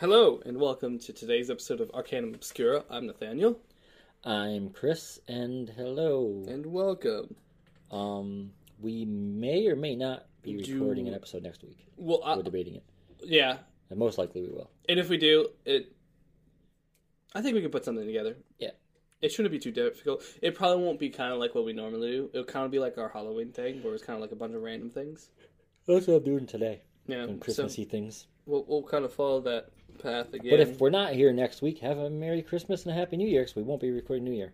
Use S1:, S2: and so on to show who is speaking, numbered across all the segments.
S1: Hello, and welcome to today's episode of Arcanum Obscura. I'm Nathaniel.
S2: I'm Chris, and hello.
S1: And welcome.
S2: Um, we may or may not be
S1: Do-
S2: recording an episode next week.
S1: Well, I,
S2: We're debating it,
S1: yeah,
S2: and most likely we will.
S1: and if we do, it. I think we can put something together.
S2: Yeah.
S1: It shouldn't be too difficult. It probably won't be kind of like what we normally do. It'll kind of be like our Halloween thing, where it's kind of like a bunch of random things.
S2: That's what I'm doing today.
S1: Yeah.
S2: And
S1: So
S2: Christmassy things.
S1: we'll, we'll kind of follow that path again.
S2: But if we're not here next week, have a Merry Christmas and a Happy New Year, because we won't be recording New Year.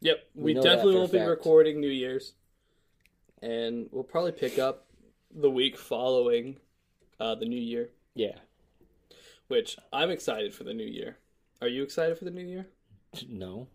S1: Yep, we,
S2: We know that
S1: definitely
S2: for a
S1: won't be
S2: fact.
S1: recording New Year's, and we'll probably pick up the week following uh, the New Year,
S2: Yeah.
S1: which I'm excited for the New Year. Are you excited for the New Year?
S2: No.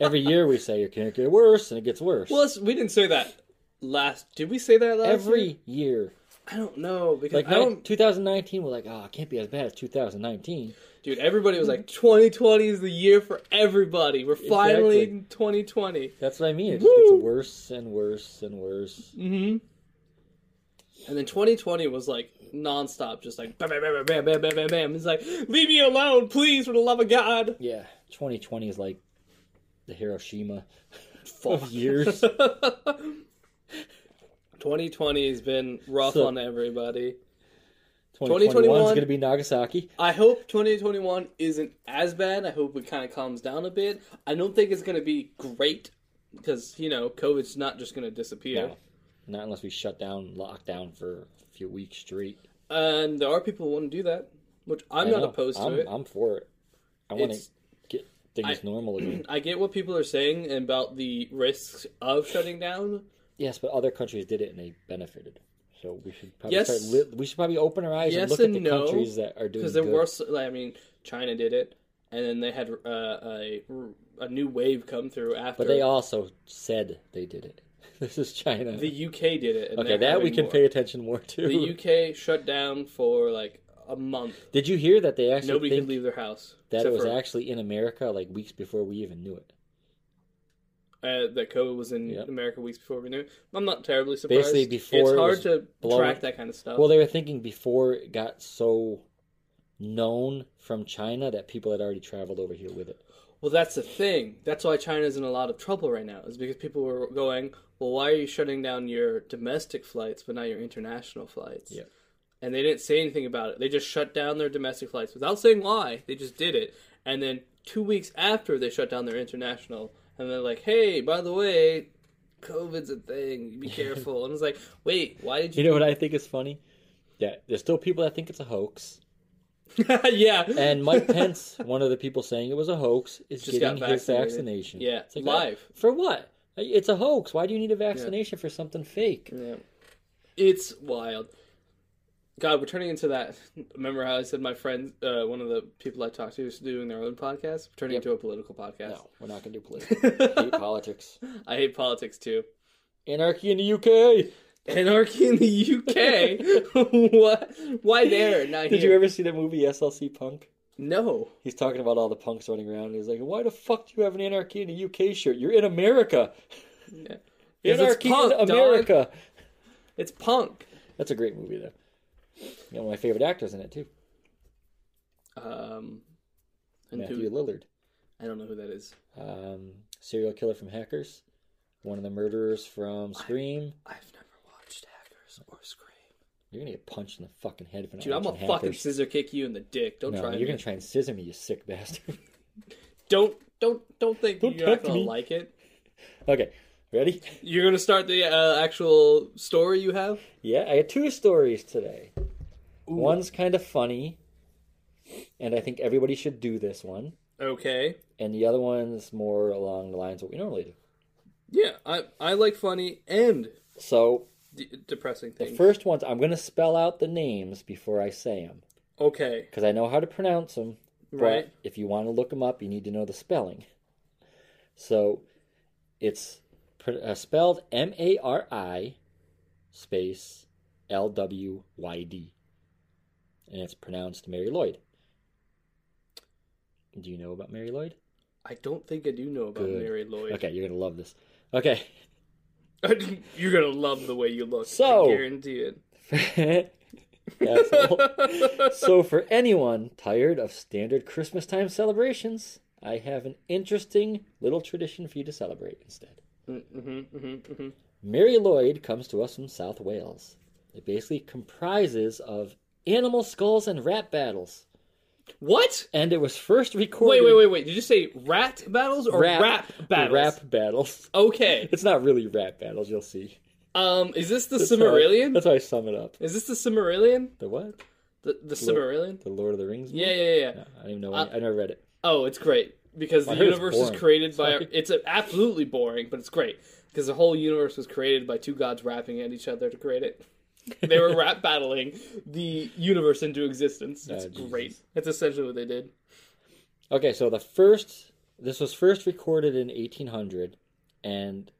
S2: Every year we say it can't get worse, and it gets worse.
S1: Well, it's- we didn't say that last. Did we say that last? year?
S2: Every year.
S1: I don't know because
S2: Like
S1: I
S2: nine-
S1: don't.
S2: 2019, we're like, oh, it can't be as bad as 2019.
S1: Dude, everybody was like, "2020 is the year for everybody. We're finally
S2: Exactly.
S1: in 2020."
S2: That's what I mean. It just
S1: Woo!
S2: gets worse and worse and worse.
S1: Mm-hmm. And then 2020 was like nonstop, just like bam, bam, bam, bam, bam, bam, bam, bam. It's like, leave me alone, please, for the love of God.
S2: Yeah, 2020 is like the Hiroshima
S1: Fuck.
S2: of years.
S1: 2020 has been rough
S2: So-
S1: on everybody.
S2: 2021 is
S1: 2021
S2: going to be Nagasaki.
S1: I hope 2021 isn't as bad. I hope it kind of calms down a bit. I don't think it's going to be great because, you know, COVID's not just going to disappear.
S2: No, not unless we shut down, lock down for a few weeks straight.
S1: And there are people who want to do that, which I'm
S2: I
S1: not
S2: know.
S1: opposed to
S2: I'm,
S1: it.
S2: I'm for it. I want to
S1: It's-
S2: get things
S1: I-
S2: normal again.
S1: I get what people are saying about the risks of shutting down.
S2: yes, but other countries did it and they benefited. So we should probably
S1: Yes.
S2: start li- we should probably open our eyes
S1: Yes
S2: and look
S1: and
S2: at the
S1: no,
S2: countries that are doing
S1: because there
S2: good.
S1: were s- like, I mean China did it and then they had uh, a a new wave come through after
S2: But they also said they did it. This is China.
S1: the UK did it and
S2: okay,
S1: they're
S2: that we
S1: having
S2: can
S1: more.
S2: pay attention more to.
S1: the UK shut down for like a month
S2: Did you hear that they actually
S1: nobody
S2: think
S1: could leave their house
S2: that
S1: except
S2: it was
S1: for,
S2: actually in America like weeks before we even knew it.
S1: uh, that COVID was in
S2: Yep.
S1: America weeks before we knew it. I'm not terribly surprised
S2: Basically, before
S1: it's
S2: it
S1: hard
S2: was
S1: to
S2: blowing-
S1: track that kind of stuff
S2: Well, they were thinking before it got so known from China that people had already traveled over here with it.
S1: Well, that's the thing. That's why China's in a lot of trouble right now, is because people were going, well, why are you shutting down your domestic flights but not your international flights?
S2: Yeah.
S1: And they didn't say anything about it. They just shut down their domestic flights without saying why. They just did it. And then two weeks after, they shut down their international. And they're like, hey, by the way, COVID's a thing. Be careful. and it's like, wait, why did
S2: You
S1: you.
S2: know what I think is funny? That there's still people that think it's a hoax.
S1: yeah.
S2: And Mike Pence, one of the people saying it was a hoax, is
S1: Just got
S2: getting his
S1: vaccinated.
S2: vaccination.
S1: Yeah,
S2: It's like, uh,
S1: live.
S2: For what? It's a hoax. Why do you need a vaccination for something fake?
S1: Yeah. It's wild. God, we're turning into that. Remember how I said my friend, uh, one of the people I talked to, is doing their own podcast? We're turning
S2: Yep.
S1: into a political podcast.
S2: No, we're not going to do politics. hate politics.
S1: I hate politics too.
S2: Anarchy in the UK.
S1: Anarchy in the UK? what? Why there? Not
S2: Did
S1: here.
S2: you ever see that movie SLC Punk?
S1: No.
S2: He's talking about all the punks running around. And he's like, "Why the fuck do you have an anarchy in a UK shirt? You're in America.
S1: 'Cause it's
S2: Anarchy
S1: punk,
S2: in
S1: dog.
S2: America."
S1: It's punk.
S2: That's a great movie, though. You know, my favorite actor's in it too,
S1: Um, and who,
S2: Matthew Lillard,
S1: I don't know who that is.
S2: um, serial killer from Hackers, one of the murderers from Scream.
S1: I've never watched Hackers or Scream.
S2: You're gonna get punched in the fucking head for not
S1: Dude, I'm gonna
S2: watching
S1: fucking
S2: Hackers.
S1: scissor kick you in the dick. Don't
S2: No,
S1: try
S2: you're
S1: me.
S2: gonna try and scissor me, you sick bastard.
S1: Don't don't don't think
S2: Don't
S1: you're not
S2: touch
S1: gonna
S2: me.
S1: like it.
S2: okay, ready?
S1: You're gonna start the uh, actual story you have.
S2: Yeah, I had two stories today. One's kind of funny, and I think everybody should do this one.
S1: Okay.
S2: and the other one's more along the lines of what we normally do.
S1: Yeah, I I like funny and
S2: So
S1: de- depressing
S2: the
S1: things.
S2: first ones, I'm going to spell out the names before I say them
S1: okay.
S2: because I know how to pronounce them.
S1: Right.
S2: But if you want to look them up, you need to know the spelling. So it's pr- uh, spelled M A R I space L W Y D, and it's pronounced Mary Lloyd. Do you know about Mary Lloyd?
S1: I don't think I do know about
S2: Good.
S1: Mary Lloyd.
S2: Okay, you're gonna love this. Okay.
S1: You're gonna love the way you look.
S2: So-
S1: I guarantee it.
S2: asshole. so, for anyone tired of standard Christmas time celebrations, I have an interesting little tradition for you to celebrate instead.
S1: Mm-hmm,
S2: Mary Lloyd comes to us from South Wales. It basically comprises of animal skulls and rat battles,
S1: What?
S2: and it was first recorded.
S1: Wait, wait, wait, wait. Did you say rat battles or rap, battles?
S2: Rap battles.
S1: Okay.
S2: It's not really rap battles. You'll see.
S1: Um, is this the
S2: That's how I-
S1: Cimmerillion?
S2: That's how I sum it up.
S1: Is this the Cimmerillion?
S2: The what?
S1: The the Cimmerillion?
S2: The Lord of the Rings.
S1: Yeah, yeah, yeah. yeah.
S2: I don't even know. any- I never read it.
S1: Oh, it's great because
S2: I
S1: the
S2: heard it's
S1: universe is
S2: boring.
S1: created by.
S2: Sorry.
S1: It's a, absolutely boring, but it's great because the whole universe was created by two gods rapping at each other to create it. They were rap battling the universe into existence. It's
S2: Ah, Jesus.
S1: great. That's essentially what they did.
S2: Okay, so the first this was first recorded in 1800, and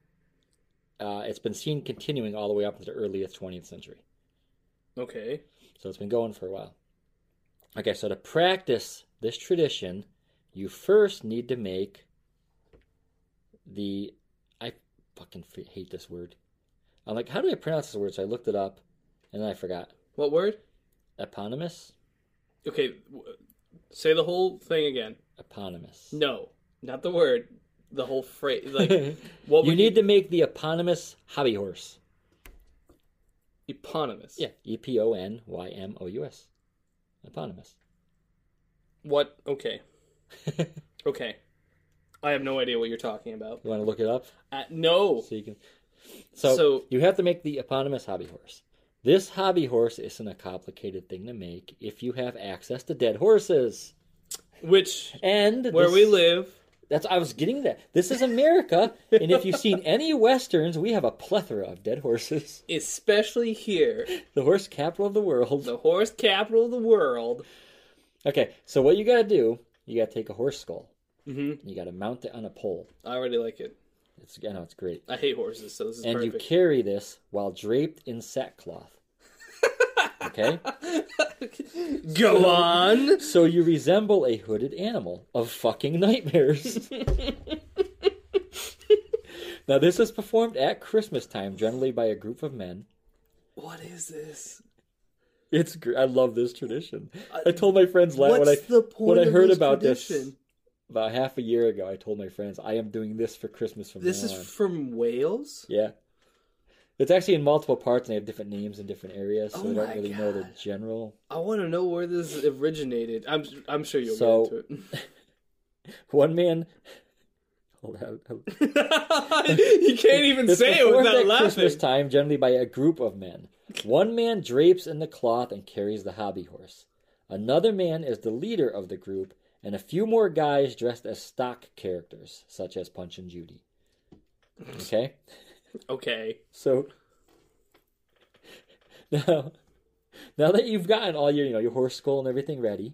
S2: uh, it's been seen continuing all the way up into the earliest 20th century.
S1: Okay.
S2: So it's been going for a while. Okay, so to practice this tradition, you first need to make the I fucking f- hate this word. I'm like, how do I pronounce this word? So I looked it up, and then I forgot.
S1: What word?
S2: Eponymous,
S1: Okay. W- say the whole thing again.
S2: eponymous.
S1: No, not the word. The whole phrase. Like what
S2: you
S1: would
S2: need to make the eponymous hobby horse.
S1: eponymous.
S2: Yeah, E P O N Y M O U S. Eponymous.
S1: What? Okay.
S2: you
S1: Okay. I have no idea what you're talking about.
S2: want to look it up
S1: Uh, no.
S2: so you can. So,
S1: So-
S2: you have to make the eponymous hobby horse. This hobby horse isn't a complicated thing to make if you have access to dead horses.
S1: Which
S2: And
S1: where
S2: this-
S1: we live.
S2: that's I was getting that. This is America, and if you've seen any westerns, we have a plethora of dead horses.
S1: especially here,
S2: The horse capital of the world.
S1: the horse capital of the world.
S2: Okay, so what you got to do? You got to take a horse skull.
S1: Mhm.
S2: You got to mount it on a pole.
S1: I already like it.
S2: It's I know it's great.
S1: I hate horses, so this is
S2: and you
S1: perfect.
S2: carry this while draped in sackcloth. Okay?
S1: Go on.
S2: So you resemble a hooded animal of fucking nightmares. now, this is performed at Christmas time, generally by a group of men.
S1: What is this?
S2: It's gr- I love this tradition. I told my friends last
S1: Uh, What's
S2: when I
S1: the point?
S2: when I
S1: of
S2: heard
S1: this
S2: about this
S1: tradition?
S2: about half a year ago. I told my friends I am doing this for Christmas from
S1: This
S2: now on.
S1: is from Wales.
S2: Yeah. It's actually in multiple parts and they have different names in different areas,
S1: Oh
S2: so I don't
S1: my
S2: really know the
S1: God.
S2: general.
S1: I want to know where this originated. I'm I'm sure you'll
S2: So-
S1: get into it.
S2: One man. Hold on.
S1: you can't even
S2: It's
S1: say it
S2: performed
S1: without
S2: at
S1: laughing.
S2: Christmas time, generally by a group of men. One man drapes in the cloth and carries the hobby horse. Another man is the leader of the group, and a few more guys dressed as stock characters, such as Punch and Judy. Okay,
S1: Okay.
S2: so now, now that you've gotten all your, you know, your horse skull and everything ready,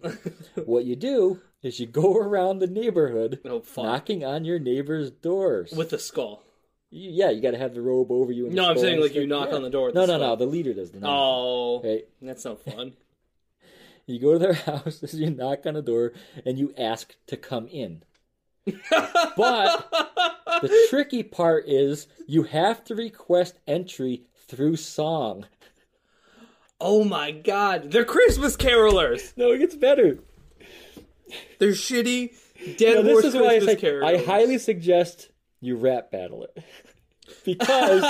S2: what you do is you go around the neighborhood,
S1: Oh fuck.
S2: knocking on your neighbor's doors.
S1: With the skull.
S2: You- yeah, you got to have the robe over you. And
S1: No,
S2: the
S1: I'm
S2: skull
S1: saying
S2: and
S1: like you
S2: stuff.
S1: knock
S2: Yeah.
S1: on the door. With
S2: No,
S1: the
S2: no, no.
S1: skull.
S2: The leader does the knock.
S1: Oh,
S2: Right.
S1: that's not fun.
S2: You go to their house, you knock on the door, and you ask to come in. but the tricky part is you have to request entry through song.
S1: Oh my god, they're Christmas carolers.
S2: No, it gets better.
S1: They're shitty dead
S2: No,
S1: horse
S2: this is why I
S1: Christmas
S2: say I
S1: carolers.
S2: highly suggest you rap battle it. Because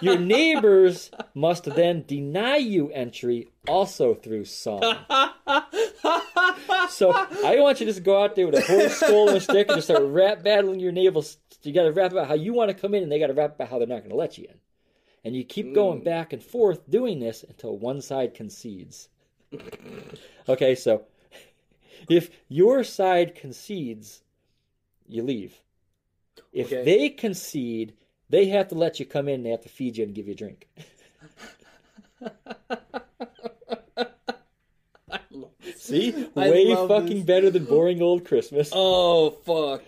S2: your neighbors must then deny you entry also through song. so I want you to just go out there with a horse skull and a stick and just start rap battling your neighbors. You got to rap about how you want to come in, and they got to rap about how they're not going to let you in. And you keep
S1: Mm.
S2: going back and forth doing this until one side concedes. okay, so if your side concedes, you leave. If
S1: Okay.
S2: they concede, they have to let you come in. They have to feed you and give you a drink. See,
S1: I
S2: way
S1: love
S2: fucking
S1: this.
S2: better than boring old Christmas.
S1: Oh fuck.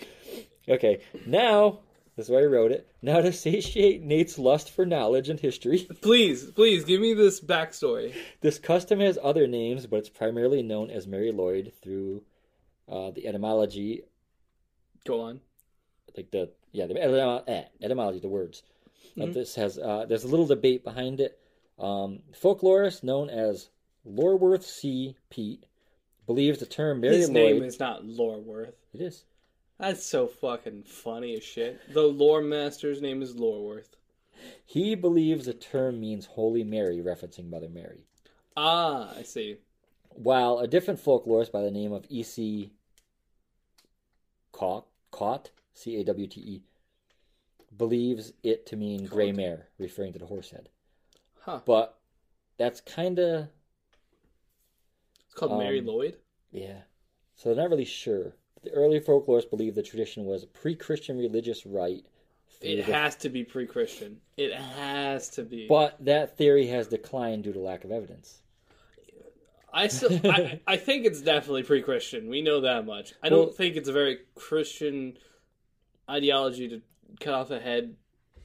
S2: Okay, now this is why I wrote it. Now to satiate Nate's lust for knowledge and history,
S1: Please, please give me this backstory.
S2: this custom has other names, but it's primarily known as Mary Lloyd through uh, the etymology,
S1: Go on.
S2: like the yeah, the etymo- eh, etymology, the words.
S1: Mm-hmm.
S2: Now, this has uh, there's a little debate behind it. Um, folklorists known as Lorworth C. Pete believes the term Mary
S1: His
S2: Lloyd.
S1: name is not Loreworth.
S2: it is.
S1: That's so fucking funny as shit. The lore master's name is Loreworth.
S2: He believes the term means Holy Mary, referencing Mother Mary.
S1: Ah, I see.
S2: While a different folklorist by the name of E.C. Caught, Caught C A W T E, believes it to mean gray mare, referring to the horse head.
S1: Huh.
S2: But that's kind of,
S1: It's called Mary
S2: Um,
S1: Lloyd?
S2: yeah. So they're not really sure. The early folklorists believed the tradition was a pre Christian religious rite. through
S1: It
S2: the-
S1: has to be pre Christian. It has to be.
S2: but that theory has declined due to lack of evidence.
S1: I, still, I I think it's definitely pre Christian. We know that much. I don't
S2: Well-
S1: think it's a very Christian ideology to cut off a head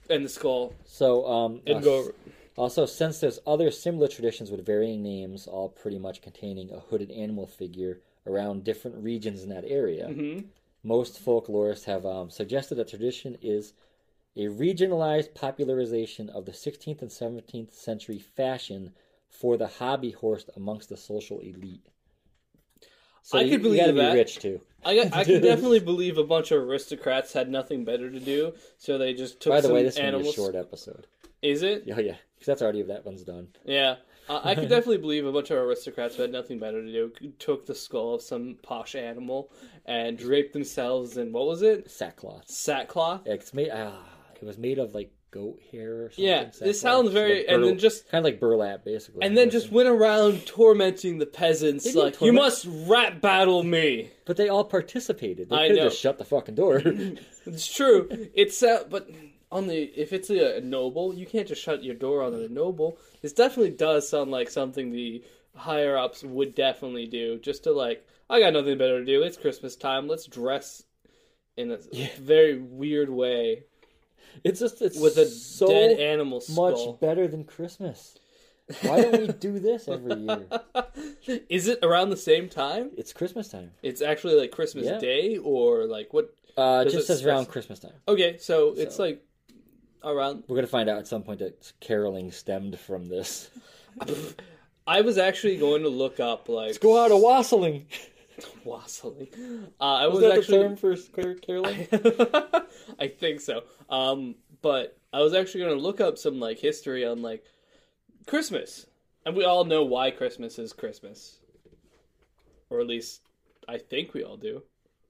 S1: and the skull
S2: So, um,
S1: and
S2: uh,
S1: go over.
S2: Also, since there's other similar traditions with varying names, all pretty much containing a hooded animal figure around different regions in that area,
S1: hmm
S2: most folklorists have um, suggested that tradition is a regionalized popularization of the 16th and 17th century fashion for the hobby horse amongst the social elite. So
S1: I
S2: you,
S1: could believe
S2: you gotta
S1: that.
S2: be rich too.
S1: I, got- I can definitely believe a bunch of aristocrats had nothing better to do, so they just took
S2: By the
S1: some
S2: way, this one is a
S1: animals.
S2: short episode.
S1: Is it?
S2: Oh yeah, because that's already that one's done.
S1: Yeah, I I could definitely believe a bunch of aristocrats who had nothing better to do took the skull of some posh animal and draped themselves in what was it?
S2: Sackcloth.
S1: Sackcloth.
S2: Yeah, it's made. Ah, it was made of like goat hair or something.
S1: Yeah, this sounds very- and then just-
S2: kind of like burlap, basically.
S1: And then just went around tormenting the peasants,
S2: They didn't
S1: like you
S2: torment-
S1: must rap battle me.
S2: But they all participated.
S1: I
S2: They could
S1: know.
S2: have just shut the fucking door.
S1: It's true. It's uh, but on the if it's a noble, you can't just shut your door on a noble. This definitely does sound like something the higher ups would definitely do, just to like I got nothing better to do. It's Christmas time. Let's dress in a very weird way
S2: it's just it's
S1: with a
S2: so
S1: dead animal
S2: much
S1: skull.
S2: better than Christmas. Why don't we do this every year?
S1: Is it around the same time?
S2: It's Christmas time.
S1: It's actually like Christmas
S2: Yeah.
S1: Day or like what?
S2: Uh,
S1: Does
S2: just
S1: it
S2: says around
S1: spec-
S2: Christmas time.
S1: Okay, so it's
S2: So-
S1: like around
S2: We're gonna find out at some point that caroling stemmed from this.
S1: I was actually going to look up like
S2: Let's go out a wassailing.
S1: wassailing. Uh, I was,
S2: Was that the term
S1: actually.
S2: for car- caroling?
S1: I think so. Um, but I was actually going to look up some like history on like Christmas, and we all know why Christmas is Christmas, or at least I think we all do.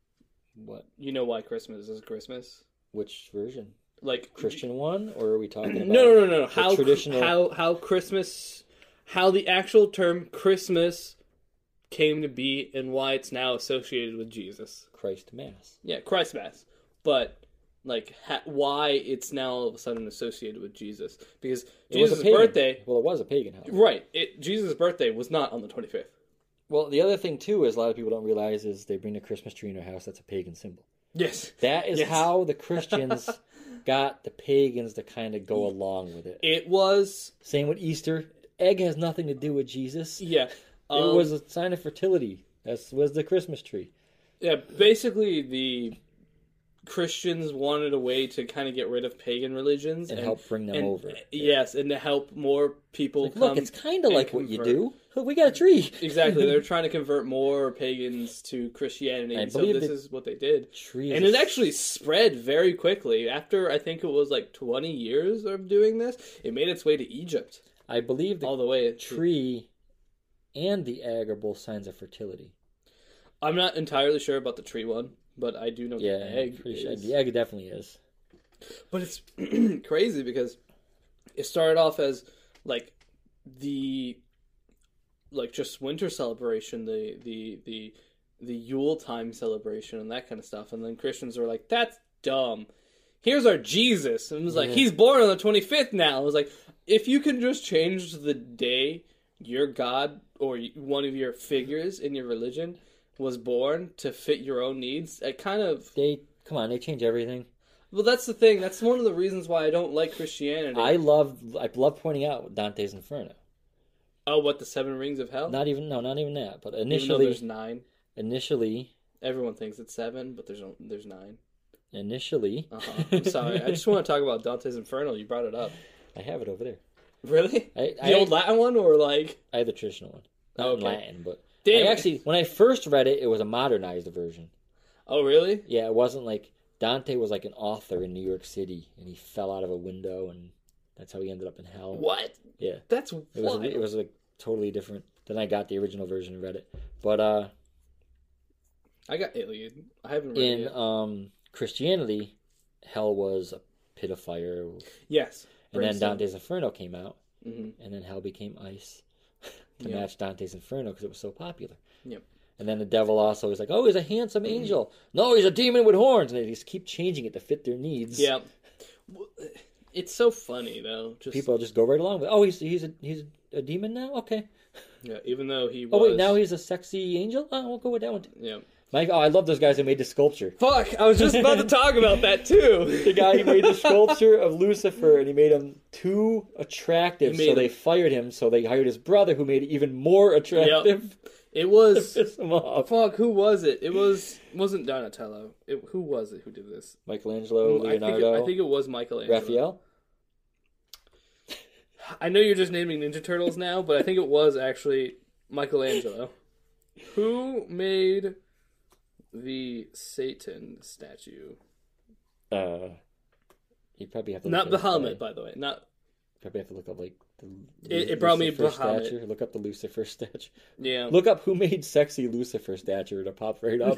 S2: what?
S1: You know why Christmas is Christmas?
S2: Which version?
S1: Like
S2: Christian one, or are we talking about?
S1: No, no, no, no. How
S2: traditional-
S1: how how Christmas, how the actual term Christmas came to be, and why it's now associated with Jesus.
S2: Christ Mass.
S1: Yeah, Christ Mass. But like ha- why it's now all of a sudden associated with Jesus because
S2: It was a
S1: Jesus'
S2: pagan-
S1: birthday,
S2: Well, it was a pagan holiday.
S1: right? It Jesus' birthday was not on the 25th.
S2: Well, the other thing too is a lot of people don't realize is they bring a Christmas tree in their house. That's a pagan symbol.
S1: Yes.
S2: That is
S1: Yes.
S2: how the Christians got the pagans to kind of go along with it.
S1: It was
S2: Same with Easter. Egg has nothing to do with Jesus.
S1: yeah.
S2: it
S1: Um,
S2: was a sign of fertility. As was the Christmas tree.
S1: Yeah, basically the Christians wanted a way to kind of get rid of pagan religions
S2: And help bring them over.
S1: uh, Yes, and to help more people come.
S2: Look, it's kind of
S1: and
S2: like what you
S1: convert.
S2: do. Look, we got a tree.
S1: Exactly, they're trying to convert more pagans to Christianity,
S2: I
S1: and so
S2: believe
S1: this
S2: that-
S1: is what they did.
S2: Trees.
S1: And it actually spread very quickly. After I think it was like 20 years of doing this, it made its way to Egypt
S2: I believe the
S1: all the way. to-
S2: tree and the egg are both signs of fertility.
S1: I'm not entirely sure about the tree one, but I do know
S2: Yeah,
S1: the
S2: I'm
S1: egg.
S2: pretty sure-
S1: is-
S2: the egg definitely is.
S1: But it's crazy because it started off as like the like just winter celebration, the the the the Yule time celebration and that kind of stuff, and then Christians were like, "That's dumb." Here's our Jesus, and it was like,
S2: Yeah.
S1: "He's born on the 25th now." It was like, if you can just change the day your god or one of your figures in your religion was born to fit your own needs, it kind of
S2: They come on, they change everything.
S1: well, that's the thing. That's one of the reasons why I don't like Christianity.
S2: I love I love pointing out Dante's Inferno.
S1: oh, what the seven rings of hell?
S2: Not even no, not even that. But
S1: Even though there's
S2: initially,
S1: nine,
S2: initially,
S1: everyone thinks it's seven, but there's on- there's nine.
S2: initially,
S1: Uh-huh. I'm sorry. I just want to talk about Dante's Inferno. You brought it up.
S2: I have it over there.
S1: Really?
S2: I
S1: The
S2: I,
S1: old Latin one, or like
S2: I have the traditional one. Not in
S1: Okay.
S2: Latin, but
S1: Damn
S2: I
S1: it.
S2: actually when I first read it, it was a modernized version.
S1: Oh, really?
S2: Yeah, it wasn't like Dante was like an author in New York City, and he fell out of a window, and that's how he ended up in hell.
S1: What?
S2: Yeah,
S1: That's
S2: it was
S1: wild.
S2: it was like totally different. Then I got the original version and read it, but uh,
S1: I got alien. I haven't read it.
S2: in
S1: Yet.
S2: um Christianity, hell was a pit of fire, and
S1: Yes.
S2: then Dante's Inferno came out,
S1: hmm
S2: and then hell became ice to
S1: Yeah.
S2: match Dante's Inferno because it was so popular.
S1: Yep. Mm-hmm.
S2: And then the devil also is like, oh, he's a handsome angel. No, he's a demon with horns, and they just keep changing it to fit their needs.
S1: Yeah. W- It's so funny though. Just
S2: people just go right along with. Oh, he's he's a he's a demon now. Okay.
S1: yeah. Even though he.
S2: Oh
S1: was,
S2: wait, now he's a sexy angel. Oh, we'll go with that one.
S1: Yeah.
S2: Mike, oh, I love those guys who made the sculpture.
S1: Fuck! I was just about to talk about that too.
S2: The guy who made the sculpture of Lucifer, and he made him too attractive,
S1: He
S2: so
S1: made
S2: they
S1: him-
S2: fired him. So they hired his brother, who made it even more attractive.
S1: It was.
S2: Piss him off.
S1: Fuck. Who was it? It was. Wasn't Donatello? It, who was it? Who did this?
S2: Michelangelo,
S1: I think, it,
S2: Oh, Leonardo,
S1: I think it was Michelangelo.
S2: Raphael.
S1: I know you're just naming Ninja Turtles now, but I think it was actually Michelangelo. Who made the Satan statue?
S2: Uh, you probably have to look
S1: Not
S2: it
S1: the
S2: up,
S1: helmet,
S2: But
S1: by the way. Not
S2: probably have to look up like the
S1: It- it probably
S2: Lucifer
S1: Bahamut.
S2: statue. Look up the Lucifer statue.
S1: yeah.
S2: Look up who made sexy Lucifer statue to pop right up.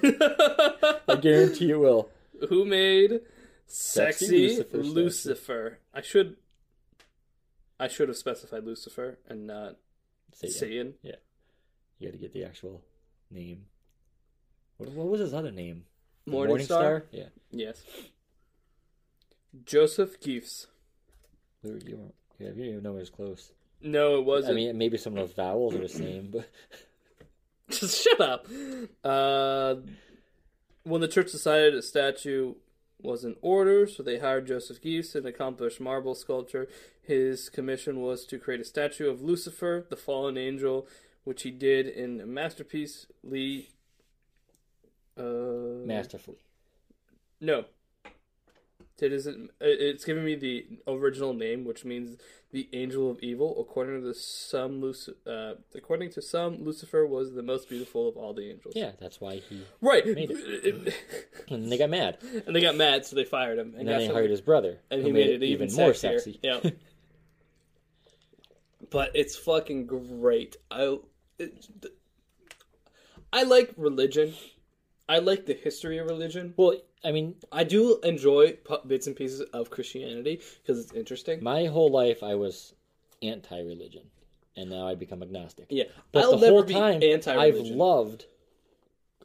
S2: I guarantee you will.
S1: Who made sexy,
S2: Lucifer
S1: Lucifer?
S2: statue.
S1: I should. I should have specified Lucifer and not
S2: Satan.
S1: Satan.
S2: You got to get the actual name. What, what was his other name? The
S1: Morningstar?
S2: Yeah.
S1: Yes. Joseph Giefs.
S2: We were- you weren't- yeah, you didn't even know it was close.
S1: No, it wasn't.
S2: I mean, maybe some of the vowels are the same, but
S1: Just shut up. Uh, when the church decided a statue was in order, so they hired Joseph Gies, an accomplished marble sculptor. His commission was to create a statue of Lucifer, the fallen angel, which he did in a masterpiece. Lee. Uh,
S2: masterfully.
S1: No. It isn't. it- It's giving me the original name, which means the angel of evil. According to the some, Luci- uh, according to some, Lucifer was the most beautiful of all the angels.
S2: Yeah, that's why he.
S1: Right.
S2: Made And they got mad, and
S1: and they got mad, so they fired him. And,
S2: then
S1: got
S2: they
S1: some-
S2: hired his brother,
S1: and
S2: who
S1: he made it even,
S2: more
S1: sexier.
S2: sexy.
S1: Yeah. but it's fucking great. I it, th- I like religion. I like the history of religion.
S2: Well, I mean,
S1: I do enjoy pu- bits and pieces of Christianity because it's interesting.
S2: my whole life I was anti-religion, and now I become agnostic.
S1: Yeah,
S2: But
S1: I'll
S2: the
S1: never
S2: whole
S1: be
S2: time, I've
S1: anti-religion.
S2: loved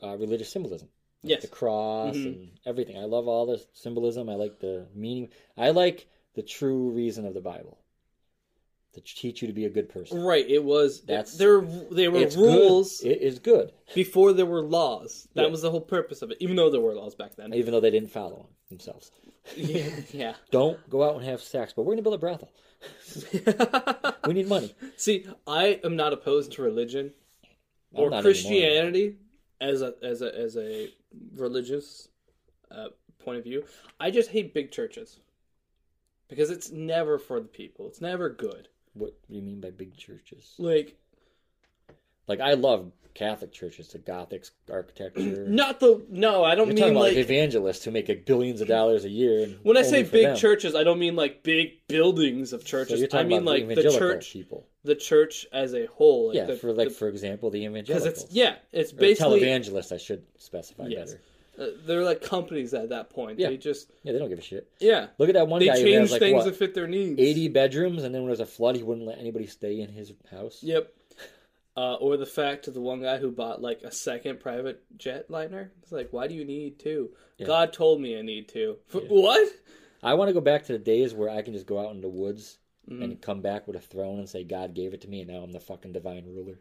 S2: uh, religious symbolism. Like
S1: Yes.
S2: the cross
S1: Mm-hmm.
S2: and everything. I love all the symbolism. I like the meaning. I like the true reason of the Bible to teach you to be a good person.
S1: right, it was.
S2: That's-
S1: there. There were
S2: It's
S1: rules
S2: Good. It is good,
S1: before there were laws. That
S2: Yeah.
S1: was the whole purpose of it. Even though there were laws back then.
S2: even though they didn't follow them themselves.
S1: yeah. yeah.
S2: Don't go out and have sex, but we're going to build a brothel. we need money.
S1: See, I am not opposed to religion
S2: I'm
S1: or
S2: not anymore.
S1: Christianity as a as a as a religious uh, point of view. I just hate big churches because it's never for the people. It's never good.
S2: What do you mean by big churches?
S1: Like
S2: Like I love Catholic churches, the Gothic architecture.
S1: not the no. I don't
S2: You're
S1: mean
S2: talking about
S1: like
S2: like, evangelists who make like billions of dollars a year. and
S1: When I
S2: only
S1: say
S2: for
S1: big
S2: them.
S1: churches, I don't mean like big buildings of
S2: So
S1: churches.
S2: you're
S1: I
S2: talking
S1: mean
S2: about
S1: like the
S2: evangelical
S1: church,
S2: people.
S1: the church as a whole. Like
S2: Yeah,
S1: the,
S2: for like for example, the
S1: because
S2: evangelicals.
S1: it's yeah, it's
S2: Or
S1: basically
S2: televangelists. I should specify
S1: Yes.
S2: better.
S1: uh, they're like companies at that point.
S2: Yeah.
S1: They just
S2: Yeah, they don't give a shit.
S1: yeah,
S2: Look at that one
S1: they
S2: guy who
S1: change
S2: has like
S1: things
S2: what
S1: to fit their needs.
S2: eighty bedrooms, and then when there's a flood, he wouldn't let anybody stay in his house.
S1: Yep. Uh, or the fact of the one guy who bought like a second private jet liner. It's like, why do you need two? God told me I need two. F- What?
S2: I want to go back to the days where I can just go out in the woods
S1: Mm.
S2: and come back with a throne and say God gave it to me, and now I'm the fucking divine ruler.